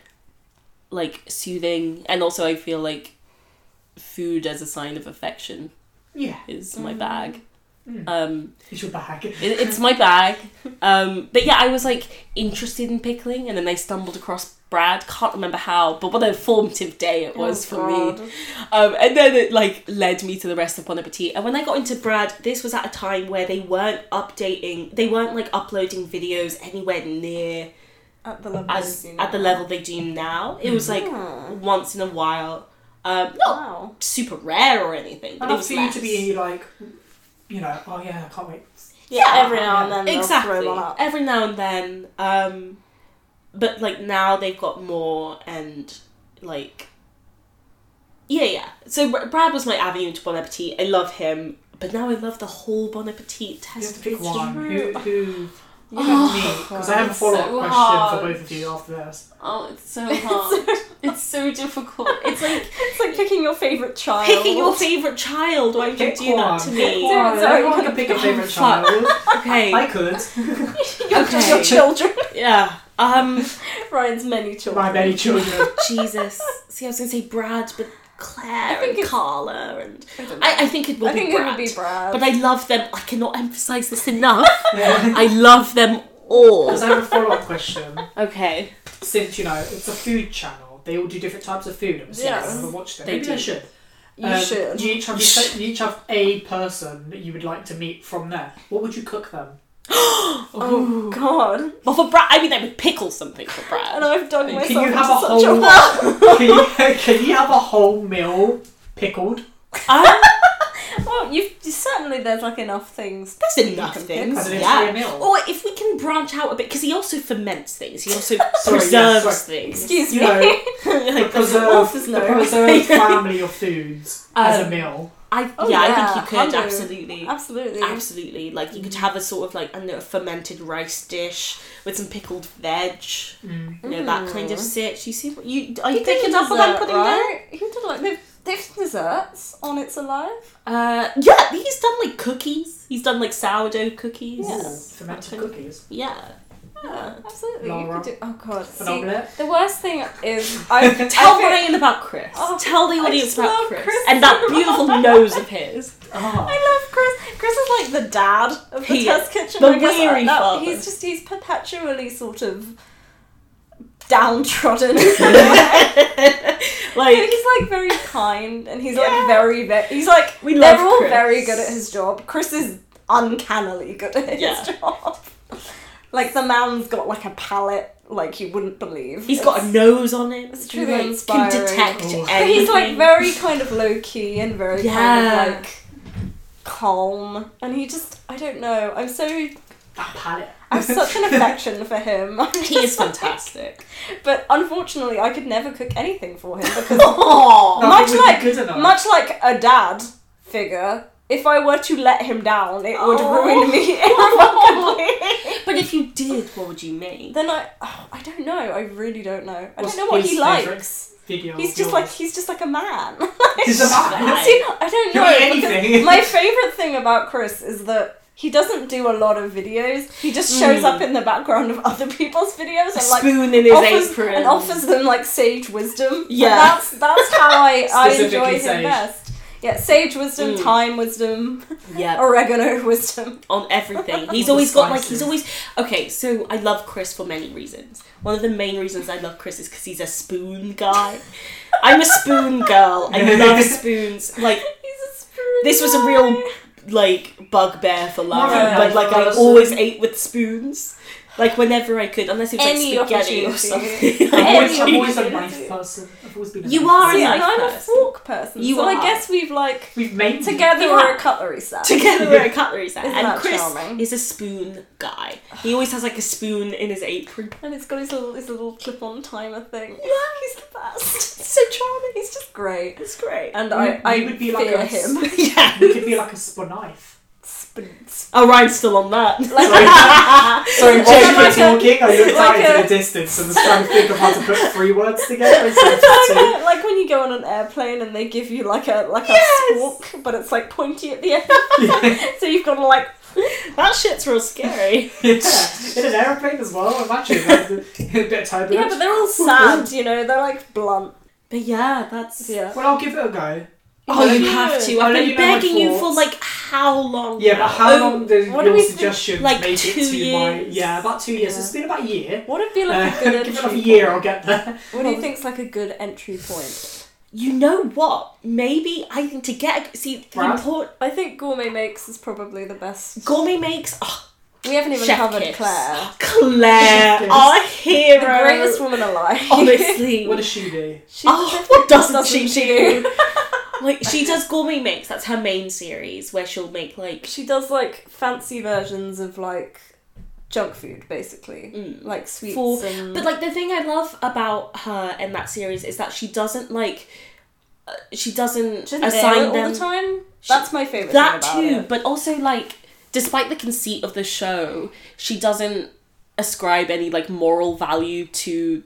[SPEAKER 1] like soothing, and also I feel like food as a sign of affection
[SPEAKER 3] Yeah,
[SPEAKER 1] is my bag.
[SPEAKER 3] Mm.
[SPEAKER 1] Um,
[SPEAKER 3] it's your bag.
[SPEAKER 1] it, it's my bag. Um, but yeah, I was like interested in pickling, and then I stumbled across Brad. Can't remember how, but what a formative day it was
[SPEAKER 2] Oh,
[SPEAKER 1] for me.
[SPEAKER 2] God.
[SPEAKER 1] Um, and then it like led me to the rest of Bon Appetit. And when I got into Brad, this was at a time where they weren't updating, they weren't like uploading videos anywhere near
[SPEAKER 2] At the level
[SPEAKER 1] as
[SPEAKER 2] you
[SPEAKER 1] at the level they do now. It was like
[SPEAKER 2] Hmm.
[SPEAKER 1] once in a while, um, not
[SPEAKER 2] Wow.
[SPEAKER 1] super rare or anything, but it
[SPEAKER 3] Enough
[SPEAKER 1] was
[SPEAKER 3] for
[SPEAKER 1] less.
[SPEAKER 3] you to be like, you know, oh yeah, I can't wait.
[SPEAKER 2] Yeah,
[SPEAKER 1] Yeah,
[SPEAKER 2] every now and then they'll
[SPEAKER 1] exactly
[SPEAKER 2] throw one up.
[SPEAKER 1] every now and then. Um, but like now they've got more and like yeah, yeah. So Br- Brad was my avenue into Bon Appetit. I love him, but now I love the whole Bon Appetit
[SPEAKER 3] You have to
[SPEAKER 1] test.
[SPEAKER 3] pick one. Who, who, you
[SPEAKER 1] Oh,
[SPEAKER 3] pick me? Because I have a
[SPEAKER 1] God,
[SPEAKER 3] follow up
[SPEAKER 1] so
[SPEAKER 3] question
[SPEAKER 1] hard.
[SPEAKER 3] for both of you after this.
[SPEAKER 1] Oh, it's so hard. it's so difficult. It's like
[SPEAKER 2] It's like picking your favorite child.
[SPEAKER 1] picking your favorite child. Why would you
[SPEAKER 3] Pick
[SPEAKER 1] do that
[SPEAKER 3] one.
[SPEAKER 1] to
[SPEAKER 3] Pick
[SPEAKER 1] me?
[SPEAKER 3] one.
[SPEAKER 2] Sorry,
[SPEAKER 3] Everyone
[SPEAKER 2] sorry.
[SPEAKER 3] can pick a
[SPEAKER 1] Oh,
[SPEAKER 3] favourite
[SPEAKER 1] fuck.
[SPEAKER 3] child. I
[SPEAKER 1] Okay,
[SPEAKER 3] could.
[SPEAKER 2] your,
[SPEAKER 1] Okay.
[SPEAKER 2] your children.
[SPEAKER 1] yeah. Um,
[SPEAKER 2] Ryan's many children.
[SPEAKER 3] My many children.
[SPEAKER 1] Jesus. See, I was gonna say Brad, but Claire and
[SPEAKER 2] it's-
[SPEAKER 1] Carla and
[SPEAKER 2] don't
[SPEAKER 1] I, I think it will
[SPEAKER 2] I
[SPEAKER 1] be
[SPEAKER 2] think it
[SPEAKER 1] Brad.
[SPEAKER 2] would be Brad.
[SPEAKER 1] But I love them. I cannot emphasize this enough.
[SPEAKER 3] Because
[SPEAKER 1] I love them all.
[SPEAKER 3] I have a follow up question.
[SPEAKER 1] Okay.
[SPEAKER 3] Since, you know, it's a food channel, they all do different types of food. I'm assuming.
[SPEAKER 2] Yes.
[SPEAKER 3] I've never watched it.
[SPEAKER 1] They
[SPEAKER 3] Maybe I
[SPEAKER 1] do.
[SPEAKER 3] should.
[SPEAKER 2] you
[SPEAKER 3] Um,
[SPEAKER 2] should.
[SPEAKER 3] You each, have,
[SPEAKER 1] You should.
[SPEAKER 3] you each have a person that you would like to meet from there. What would you cook them?
[SPEAKER 2] oh God!
[SPEAKER 1] Well, for Brad, I mean, I would pickle something for
[SPEAKER 2] And
[SPEAKER 1] Brad.
[SPEAKER 2] I've dug myself
[SPEAKER 3] Can you
[SPEAKER 2] into
[SPEAKER 3] have a
[SPEAKER 2] such
[SPEAKER 3] whole?
[SPEAKER 2] a hole.
[SPEAKER 3] can, you, can you have a whole meal pickled?
[SPEAKER 1] Um,
[SPEAKER 2] Well, you you certainly there's like enough things.
[SPEAKER 1] there's enough
[SPEAKER 2] can
[SPEAKER 1] things.
[SPEAKER 3] pickle. Is it a
[SPEAKER 1] Yeah.
[SPEAKER 3] meal?
[SPEAKER 2] Oh,
[SPEAKER 1] Or if we can branch out a bit, because he also ferments things. He also
[SPEAKER 3] Sorry,
[SPEAKER 1] preserves
[SPEAKER 3] yes, sorry.
[SPEAKER 1] things.
[SPEAKER 2] Excuse
[SPEAKER 3] You
[SPEAKER 2] me.
[SPEAKER 3] know, the preserved,
[SPEAKER 2] is
[SPEAKER 3] the
[SPEAKER 2] no.
[SPEAKER 3] preserved family of foods as a
[SPEAKER 1] Um,
[SPEAKER 3] meal.
[SPEAKER 1] I,
[SPEAKER 2] Oh,
[SPEAKER 1] yeah, I
[SPEAKER 2] yeah,
[SPEAKER 1] think you could
[SPEAKER 2] hundred.
[SPEAKER 1] absolutely.
[SPEAKER 2] Absolutely.
[SPEAKER 1] Absolutely. Like you could have a sort of like I don't know, a fermented rice dish with some pickled veg,
[SPEAKER 3] Mm.
[SPEAKER 1] you know, that kind of
[SPEAKER 2] Mm.
[SPEAKER 1] sit. You see what you are you,
[SPEAKER 2] You
[SPEAKER 1] picking up what I'm putting down?
[SPEAKER 2] Who did like they've, they've desserts on It's Alive?
[SPEAKER 1] Uh, yeah, he's done like cookies. He's done like sourdough cookies.
[SPEAKER 2] Yeah.
[SPEAKER 3] Fermented cookies.
[SPEAKER 1] Yeah.
[SPEAKER 2] Yeah, absolutely.
[SPEAKER 3] Laura.
[SPEAKER 2] You could do. Oh God.
[SPEAKER 3] An
[SPEAKER 2] See,
[SPEAKER 3] omelette.
[SPEAKER 2] the worst thing is I
[SPEAKER 1] Tell
[SPEAKER 2] I think-
[SPEAKER 1] Ryan about Chris.
[SPEAKER 2] Oh,
[SPEAKER 1] Tell the
[SPEAKER 2] I
[SPEAKER 1] audience
[SPEAKER 2] just
[SPEAKER 1] about
[SPEAKER 2] love
[SPEAKER 1] Chris.
[SPEAKER 2] Chris
[SPEAKER 1] And that
[SPEAKER 2] so
[SPEAKER 1] beautiful
[SPEAKER 2] much.
[SPEAKER 1] nose of his.
[SPEAKER 3] Ah.
[SPEAKER 2] I love Chris. Chris is like the dad of the
[SPEAKER 1] He
[SPEAKER 2] test kitchen.
[SPEAKER 1] the
[SPEAKER 2] I guess
[SPEAKER 1] weary
[SPEAKER 2] at that-
[SPEAKER 1] father.
[SPEAKER 2] He's just he's perpetually sort of downtrodden. he's
[SPEAKER 1] Like,
[SPEAKER 2] like very kind, and he's
[SPEAKER 1] Yeah.
[SPEAKER 2] like very very. He's like
[SPEAKER 1] We
[SPEAKER 2] they're
[SPEAKER 1] love
[SPEAKER 2] all
[SPEAKER 1] Chris.
[SPEAKER 2] very good at his job. Chris is uncannily good at his
[SPEAKER 1] Yeah.
[SPEAKER 2] job. Like the man's got like a palate like you wouldn't believe.
[SPEAKER 1] he's got a
[SPEAKER 2] It's-
[SPEAKER 1] nose on him.
[SPEAKER 2] It's truly
[SPEAKER 1] Like,
[SPEAKER 2] inspiring.
[SPEAKER 1] Can detect
[SPEAKER 3] Oh.
[SPEAKER 2] But
[SPEAKER 1] everything.
[SPEAKER 2] he's like very kind of low key and very
[SPEAKER 1] Yeah.
[SPEAKER 2] kind of like calm, and he just I don't know. I'm so
[SPEAKER 3] That palate.
[SPEAKER 2] I have such an affection for him. I'm
[SPEAKER 1] He is
[SPEAKER 2] just like-
[SPEAKER 1] fantastic.
[SPEAKER 2] But unfortunately, I could never cook anything for him because,
[SPEAKER 1] Aww.
[SPEAKER 2] Much
[SPEAKER 3] Nothing would be
[SPEAKER 2] like-
[SPEAKER 3] good enough.
[SPEAKER 2] much like a dad figure, if I were to let him down, it would
[SPEAKER 1] Oh.
[SPEAKER 2] ruin me irrevocably.
[SPEAKER 1] But if you did, what would you make?
[SPEAKER 2] then I, oh, I don't know. I really don't know. I
[SPEAKER 3] What's
[SPEAKER 2] don't know what
[SPEAKER 3] his
[SPEAKER 2] he
[SPEAKER 3] favourite
[SPEAKER 2] likes.
[SPEAKER 3] video
[SPEAKER 2] He's
[SPEAKER 3] of
[SPEAKER 2] just
[SPEAKER 3] yours?
[SPEAKER 2] like he's just like a man.
[SPEAKER 3] He's a man.
[SPEAKER 1] Right.
[SPEAKER 2] See, I don't
[SPEAKER 3] He'll
[SPEAKER 2] know.
[SPEAKER 3] eat
[SPEAKER 2] because
[SPEAKER 3] anything.
[SPEAKER 2] my favorite thing about Chris is that he doesn't do a lot of videos. He just shows
[SPEAKER 1] Mm.
[SPEAKER 3] Hmm.
[SPEAKER 2] up in the background of other people's videos
[SPEAKER 1] A
[SPEAKER 2] and like
[SPEAKER 1] spoon in his
[SPEAKER 2] offers,
[SPEAKER 1] apron.
[SPEAKER 2] and offers them like sage wisdom.
[SPEAKER 1] Yeah.
[SPEAKER 2] And that's that's how I I
[SPEAKER 3] Specifically
[SPEAKER 2] enjoy him
[SPEAKER 3] sage. Hmm.
[SPEAKER 2] best. Yeah, sage wisdom,
[SPEAKER 1] Mm.
[SPEAKER 2] thyme wisdom,
[SPEAKER 1] yeah.
[SPEAKER 2] oregano wisdom.
[SPEAKER 1] on everything.
[SPEAKER 3] All
[SPEAKER 1] He's
[SPEAKER 3] the
[SPEAKER 1] always got like
[SPEAKER 3] spices.
[SPEAKER 1] he's always okay. So I love Chris for many reasons. One of the main reasons I love Chris is because he's a spoon guy. I'm a spoon girl. I love spoons. Like
[SPEAKER 2] He's a spoon.
[SPEAKER 1] this was a real like bugbear for Lara,
[SPEAKER 3] Yeah.
[SPEAKER 1] but like I
[SPEAKER 3] Yeah.
[SPEAKER 1] always ate with spoons. Like whenever I could, unless it was
[SPEAKER 2] Any
[SPEAKER 1] like spaghetti or
[SPEAKER 2] opportunity.
[SPEAKER 1] something.
[SPEAKER 3] I've always, I've
[SPEAKER 2] Any
[SPEAKER 3] always a
[SPEAKER 2] opportunity.
[SPEAKER 3] nice person. I've always been a
[SPEAKER 1] You
[SPEAKER 3] nice
[SPEAKER 1] are a
[SPEAKER 3] person.
[SPEAKER 2] See,
[SPEAKER 1] nice
[SPEAKER 2] and I'm a
[SPEAKER 1] person.
[SPEAKER 2] fork person.
[SPEAKER 1] You
[SPEAKER 2] so
[SPEAKER 1] are.
[SPEAKER 2] I guess we've like
[SPEAKER 3] We've made
[SPEAKER 2] together
[SPEAKER 1] You
[SPEAKER 2] we're
[SPEAKER 1] are.
[SPEAKER 2] a cutlery set.
[SPEAKER 1] Together we're a cutlery set,
[SPEAKER 2] Isn't
[SPEAKER 1] and
[SPEAKER 2] that
[SPEAKER 1] Chris
[SPEAKER 2] charming?
[SPEAKER 1] is a spoon guy. He always has like a spoon in his apron.
[SPEAKER 2] and it's got his little his little clip on timer thing.
[SPEAKER 1] Yeah.
[SPEAKER 2] He's the best.
[SPEAKER 1] It's so charming.
[SPEAKER 2] He's just great.
[SPEAKER 1] It's great.
[SPEAKER 2] And
[SPEAKER 3] We-
[SPEAKER 2] I, I
[SPEAKER 3] we would be like
[SPEAKER 2] fear
[SPEAKER 3] a
[SPEAKER 2] him.
[SPEAKER 1] yeah.
[SPEAKER 3] We could be like a Sponife.
[SPEAKER 2] Sp-
[SPEAKER 1] Our ride's still on that.
[SPEAKER 3] Sorry,
[SPEAKER 2] Just
[SPEAKER 3] while you were
[SPEAKER 2] like a-
[SPEAKER 3] talking, I looked out
[SPEAKER 2] like
[SPEAKER 3] into
[SPEAKER 2] a-
[SPEAKER 3] the distance and was trying to think of how to put three words together instead of just two.
[SPEAKER 2] like when you go on an airplane and they give you like a like
[SPEAKER 1] Yes!
[SPEAKER 2] a squawk, but it's like pointy at the end,
[SPEAKER 3] Yeah.
[SPEAKER 2] so you've got to like
[SPEAKER 1] that shit's real scary.
[SPEAKER 3] In an airplane as well, imagine. Like, a bit of turbulence.
[SPEAKER 2] yeah, but they're all sad, you know. They're like blunt.
[SPEAKER 1] But yeah, that's.
[SPEAKER 2] Yeah.
[SPEAKER 3] Well, I'll give it a go.
[SPEAKER 1] Oh, you
[SPEAKER 2] Yeah.
[SPEAKER 1] have to. I've
[SPEAKER 3] I'll let
[SPEAKER 1] been
[SPEAKER 3] you know my
[SPEAKER 1] begging you for
[SPEAKER 3] thoughts.
[SPEAKER 1] like how long?
[SPEAKER 3] Yeah, but how
[SPEAKER 1] Oh,
[SPEAKER 3] long did
[SPEAKER 2] what do
[SPEAKER 3] your
[SPEAKER 2] we think?
[SPEAKER 3] suggestion
[SPEAKER 1] Like
[SPEAKER 3] make
[SPEAKER 1] two
[SPEAKER 3] it to my...
[SPEAKER 1] years?
[SPEAKER 3] Yeah, about two years.
[SPEAKER 2] Yeah.
[SPEAKER 3] It's been about a year.
[SPEAKER 2] What would be like
[SPEAKER 3] Uh,
[SPEAKER 2] a good
[SPEAKER 3] give it
[SPEAKER 2] entry?
[SPEAKER 3] like a year,
[SPEAKER 2] point?
[SPEAKER 3] I'll get there.
[SPEAKER 2] What do you think's like a good entry point?
[SPEAKER 1] You know what? Maybe I think to get a, see the
[SPEAKER 3] Right.
[SPEAKER 1] import
[SPEAKER 2] I think gourmet makes is probably the best.
[SPEAKER 1] gourmet makes. Oh,
[SPEAKER 2] we haven't even
[SPEAKER 1] Chef
[SPEAKER 2] covered
[SPEAKER 1] kiss. Oh,
[SPEAKER 2] Claire,
[SPEAKER 1] Claire,
[SPEAKER 3] Chef kiss.
[SPEAKER 1] our
[SPEAKER 2] the
[SPEAKER 1] hero.
[SPEAKER 2] greatest woman alive.
[SPEAKER 1] Honestly,
[SPEAKER 3] What does she do?
[SPEAKER 2] She
[SPEAKER 1] oh, what doesn't, she
[SPEAKER 2] doesn't
[SPEAKER 1] do? like she does gourmet makes. That's her main series where she'll make like.
[SPEAKER 2] She does like fancy versions of like junk food, basically,
[SPEAKER 1] Mm.
[SPEAKER 2] like sweets
[SPEAKER 1] For-
[SPEAKER 2] and
[SPEAKER 1] But like the thing I love about her in that series is that she doesn't like. uh, She doesn't
[SPEAKER 2] She doesn't nail it
[SPEAKER 1] assign
[SPEAKER 2] all
[SPEAKER 1] them
[SPEAKER 2] the time.
[SPEAKER 1] She-
[SPEAKER 2] That's my favorite.
[SPEAKER 1] that
[SPEAKER 2] thing
[SPEAKER 1] too
[SPEAKER 2] about it.
[SPEAKER 1] but also like despite the conceit of the show she doesn't ascribe any like moral value to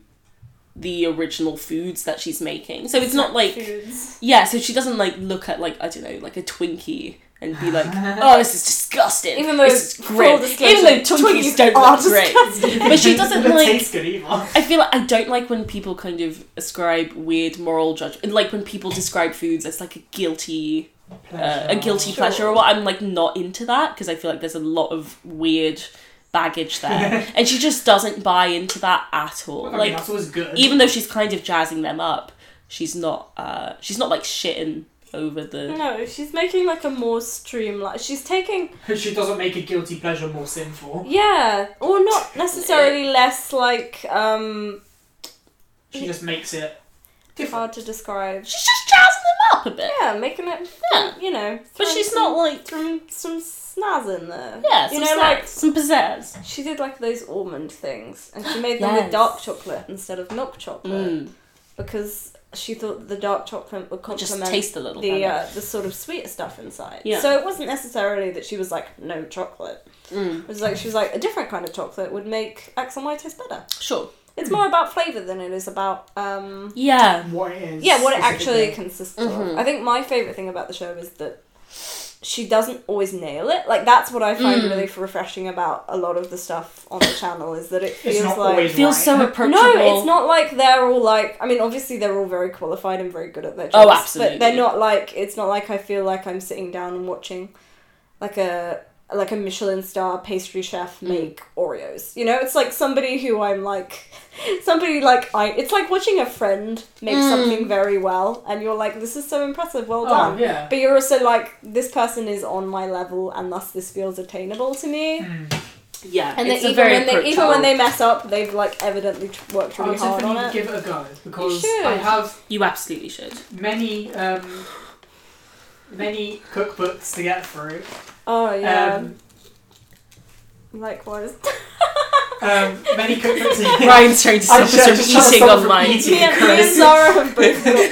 [SPEAKER 1] the original foods that she's making so it's not like
[SPEAKER 2] Foods.
[SPEAKER 1] yeah so she doesn't like look at like i don't know like a twinkie and be like oh this is disgusting
[SPEAKER 2] Even though
[SPEAKER 1] this is
[SPEAKER 2] full
[SPEAKER 1] great
[SPEAKER 2] disclosure,
[SPEAKER 1] even though twinkies,
[SPEAKER 2] Twinkies
[SPEAKER 1] don't
[SPEAKER 2] are
[SPEAKER 1] look great but she doesn't
[SPEAKER 3] Doesn't
[SPEAKER 1] like
[SPEAKER 3] taste good either.
[SPEAKER 1] I feel like I don't like when people kind of ascribe weird moral judgment, like when people describe foods as like a guilty uh, a guilty
[SPEAKER 2] Sure.
[SPEAKER 1] pleasure or what. I'm like not into that because I feel like there's a lot of weird baggage there, and she just doesn't buy into that at all.
[SPEAKER 3] I mean,
[SPEAKER 1] like
[SPEAKER 3] that's always good.
[SPEAKER 1] even though she's kind of jazzing them up, she's not. Uh, she's not like shitting over the.
[SPEAKER 2] No, she's making like a more streamlined. She's taking
[SPEAKER 3] she doesn't make a guilty pleasure more sinful.
[SPEAKER 2] yeah, or not necessarily less like um
[SPEAKER 3] She just makes it different.
[SPEAKER 2] hard to describe.
[SPEAKER 1] She's just jazzing them up a bit,
[SPEAKER 2] Yeah, making it
[SPEAKER 1] Yeah.
[SPEAKER 2] you know.
[SPEAKER 1] but
[SPEAKER 2] throwing
[SPEAKER 1] she's
[SPEAKER 2] some-
[SPEAKER 1] not like.
[SPEAKER 2] throwing some snaz in there.
[SPEAKER 1] Yeah, some
[SPEAKER 2] you know,
[SPEAKER 1] like some pizzazz.
[SPEAKER 2] like she did like those almond things, and she made them
[SPEAKER 1] Yes.
[SPEAKER 2] with dark chocolate instead of milk chocolate
[SPEAKER 1] Mm,
[SPEAKER 2] because she thought the dark chocolate would
[SPEAKER 1] just
[SPEAKER 2] complement
[SPEAKER 1] taste a little.
[SPEAKER 2] the
[SPEAKER 1] better.
[SPEAKER 2] uh, the sort of sweeter stuff inside.
[SPEAKER 1] Yeah.
[SPEAKER 2] So it wasn't necessarily that she was like no chocolate.
[SPEAKER 1] Mm,
[SPEAKER 2] It was like she was like a different kind of chocolate would make X and Y taste better.
[SPEAKER 1] sure.
[SPEAKER 2] It's more about flavor than it is about um
[SPEAKER 1] Yeah.
[SPEAKER 3] What it is.
[SPEAKER 2] yeah what it
[SPEAKER 3] specifically. Mm-hmm.
[SPEAKER 2] actually consists
[SPEAKER 1] Mhm.
[SPEAKER 2] of. I think my favorite thing about the show is that she doesn't always nail it. Like that's what I find
[SPEAKER 1] Mm.
[SPEAKER 2] really refreshing about a lot of the stuff on the channel is that it feels
[SPEAKER 3] not
[SPEAKER 2] like
[SPEAKER 1] It
[SPEAKER 3] always-
[SPEAKER 1] feels so
[SPEAKER 3] Right.
[SPEAKER 1] approachable.
[SPEAKER 2] No, it's not like they're all like. I mean, obviously they're all very qualified and very good at their
[SPEAKER 1] Oh,
[SPEAKER 2] jobs.
[SPEAKER 1] absolutely.
[SPEAKER 2] But they're not like. It's not like I feel like I'm sitting down and watching, like a like a Michelin star pastry chef
[SPEAKER 1] Mm.
[SPEAKER 2] make Oreos. You know, it's like somebody who I'm like, somebody like I. It's like watching a friend make
[SPEAKER 1] Mm.
[SPEAKER 2] something very well, and you're like, this is so impressive. Well
[SPEAKER 3] Oh,
[SPEAKER 2] done.
[SPEAKER 3] yeah.
[SPEAKER 2] But you're also like, this person is on my level, and thus this feels attainable to me.
[SPEAKER 3] Hmm.
[SPEAKER 1] Yeah,
[SPEAKER 2] And
[SPEAKER 1] it's
[SPEAKER 2] then
[SPEAKER 1] a
[SPEAKER 2] even
[SPEAKER 1] very
[SPEAKER 2] when they even
[SPEAKER 1] approachable-
[SPEAKER 2] when they mess up, they've like evidently t- worked
[SPEAKER 3] I'll
[SPEAKER 2] really hard
[SPEAKER 3] definitely
[SPEAKER 2] on it.
[SPEAKER 3] give it a go because
[SPEAKER 2] should.
[SPEAKER 3] I have
[SPEAKER 1] you absolutely should.
[SPEAKER 3] many um, many cookbooks to get through.
[SPEAKER 2] Oh yeah,
[SPEAKER 3] Um,
[SPEAKER 2] likewise.
[SPEAKER 3] um, many cookbooks. to get
[SPEAKER 1] Ryan's trying to stop
[SPEAKER 3] I
[SPEAKER 1] us
[SPEAKER 3] should- I
[SPEAKER 1] from
[SPEAKER 3] should stop
[SPEAKER 1] eating
[SPEAKER 3] us
[SPEAKER 1] on
[SPEAKER 3] from
[SPEAKER 1] mine
[SPEAKER 3] eating.
[SPEAKER 2] me, and, me and
[SPEAKER 3] Crisps.
[SPEAKER 2] Zara have both got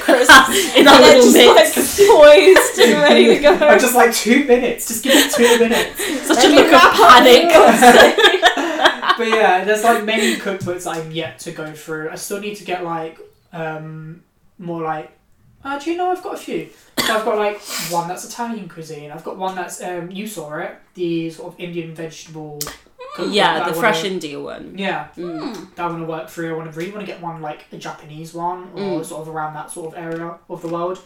[SPEAKER 2] crisps.
[SPEAKER 1] in our
[SPEAKER 2] and they're
[SPEAKER 1] little
[SPEAKER 2] just
[SPEAKER 1] mix.
[SPEAKER 2] like poised and ready to go.
[SPEAKER 3] I'm just like two minutes. Just give me two minutes.
[SPEAKER 1] Such a
[SPEAKER 2] Let me
[SPEAKER 1] look of
[SPEAKER 2] wrap up
[SPEAKER 1] panic.
[SPEAKER 3] But yeah, there's like many cookbooks I'm yet to go through. I still need to get like um, more like. Uh, do you know I've got a few? So I've got like one that's Italian cuisine. I've got one that's um, you saw it, the sort of Indian vegetable. cookbook that
[SPEAKER 1] Yeah,
[SPEAKER 3] I
[SPEAKER 1] the
[SPEAKER 3] wanna-
[SPEAKER 1] fresh India one.
[SPEAKER 3] Yeah,
[SPEAKER 1] Mm.
[SPEAKER 3] that I want to work through. I want to really want to get one like a Japanese one or
[SPEAKER 1] Mm.
[SPEAKER 3] sort of around that sort of area of the world,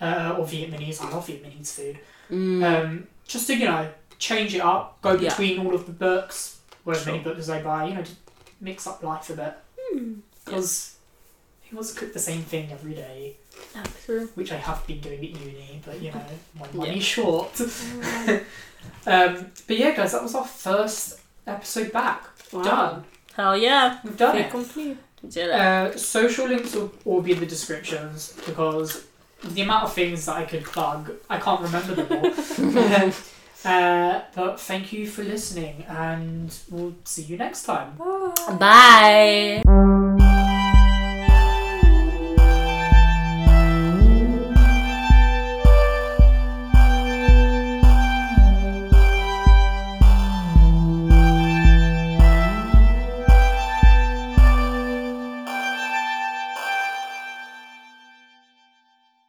[SPEAKER 3] uh, or Vietnamese. I love Vietnamese food.
[SPEAKER 1] Mm.
[SPEAKER 3] Um, just to you know change it up, go
[SPEAKER 1] Yeah.
[SPEAKER 3] between all of the books, or as many
[SPEAKER 1] Sure.
[SPEAKER 3] books as I buy. You know, just mix up life a bit because who wants to cook the same thing every day?
[SPEAKER 1] Mm.
[SPEAKER 3] Which I have been doing at uni, but you know, my money's short. um, but yeah, guys, that was our first episode back. Done.
[SPEAKER 1] Hell yeah,
[SPEAKER 3] We've done
[SPEAKER 2] Fait
[SPEAKER 3] it.
[SPEAKER 2] accompli.
[SPEAKER 1] we did it.
[SPEAKER 3] Uh, social links will all be in the descriptions because the amount of things that I could plug, I can't remember them all. uh, but thank you for listening, and we'll see you next time.
[SPEAKER 2] Bye.
[SPEAKER 1] Bye.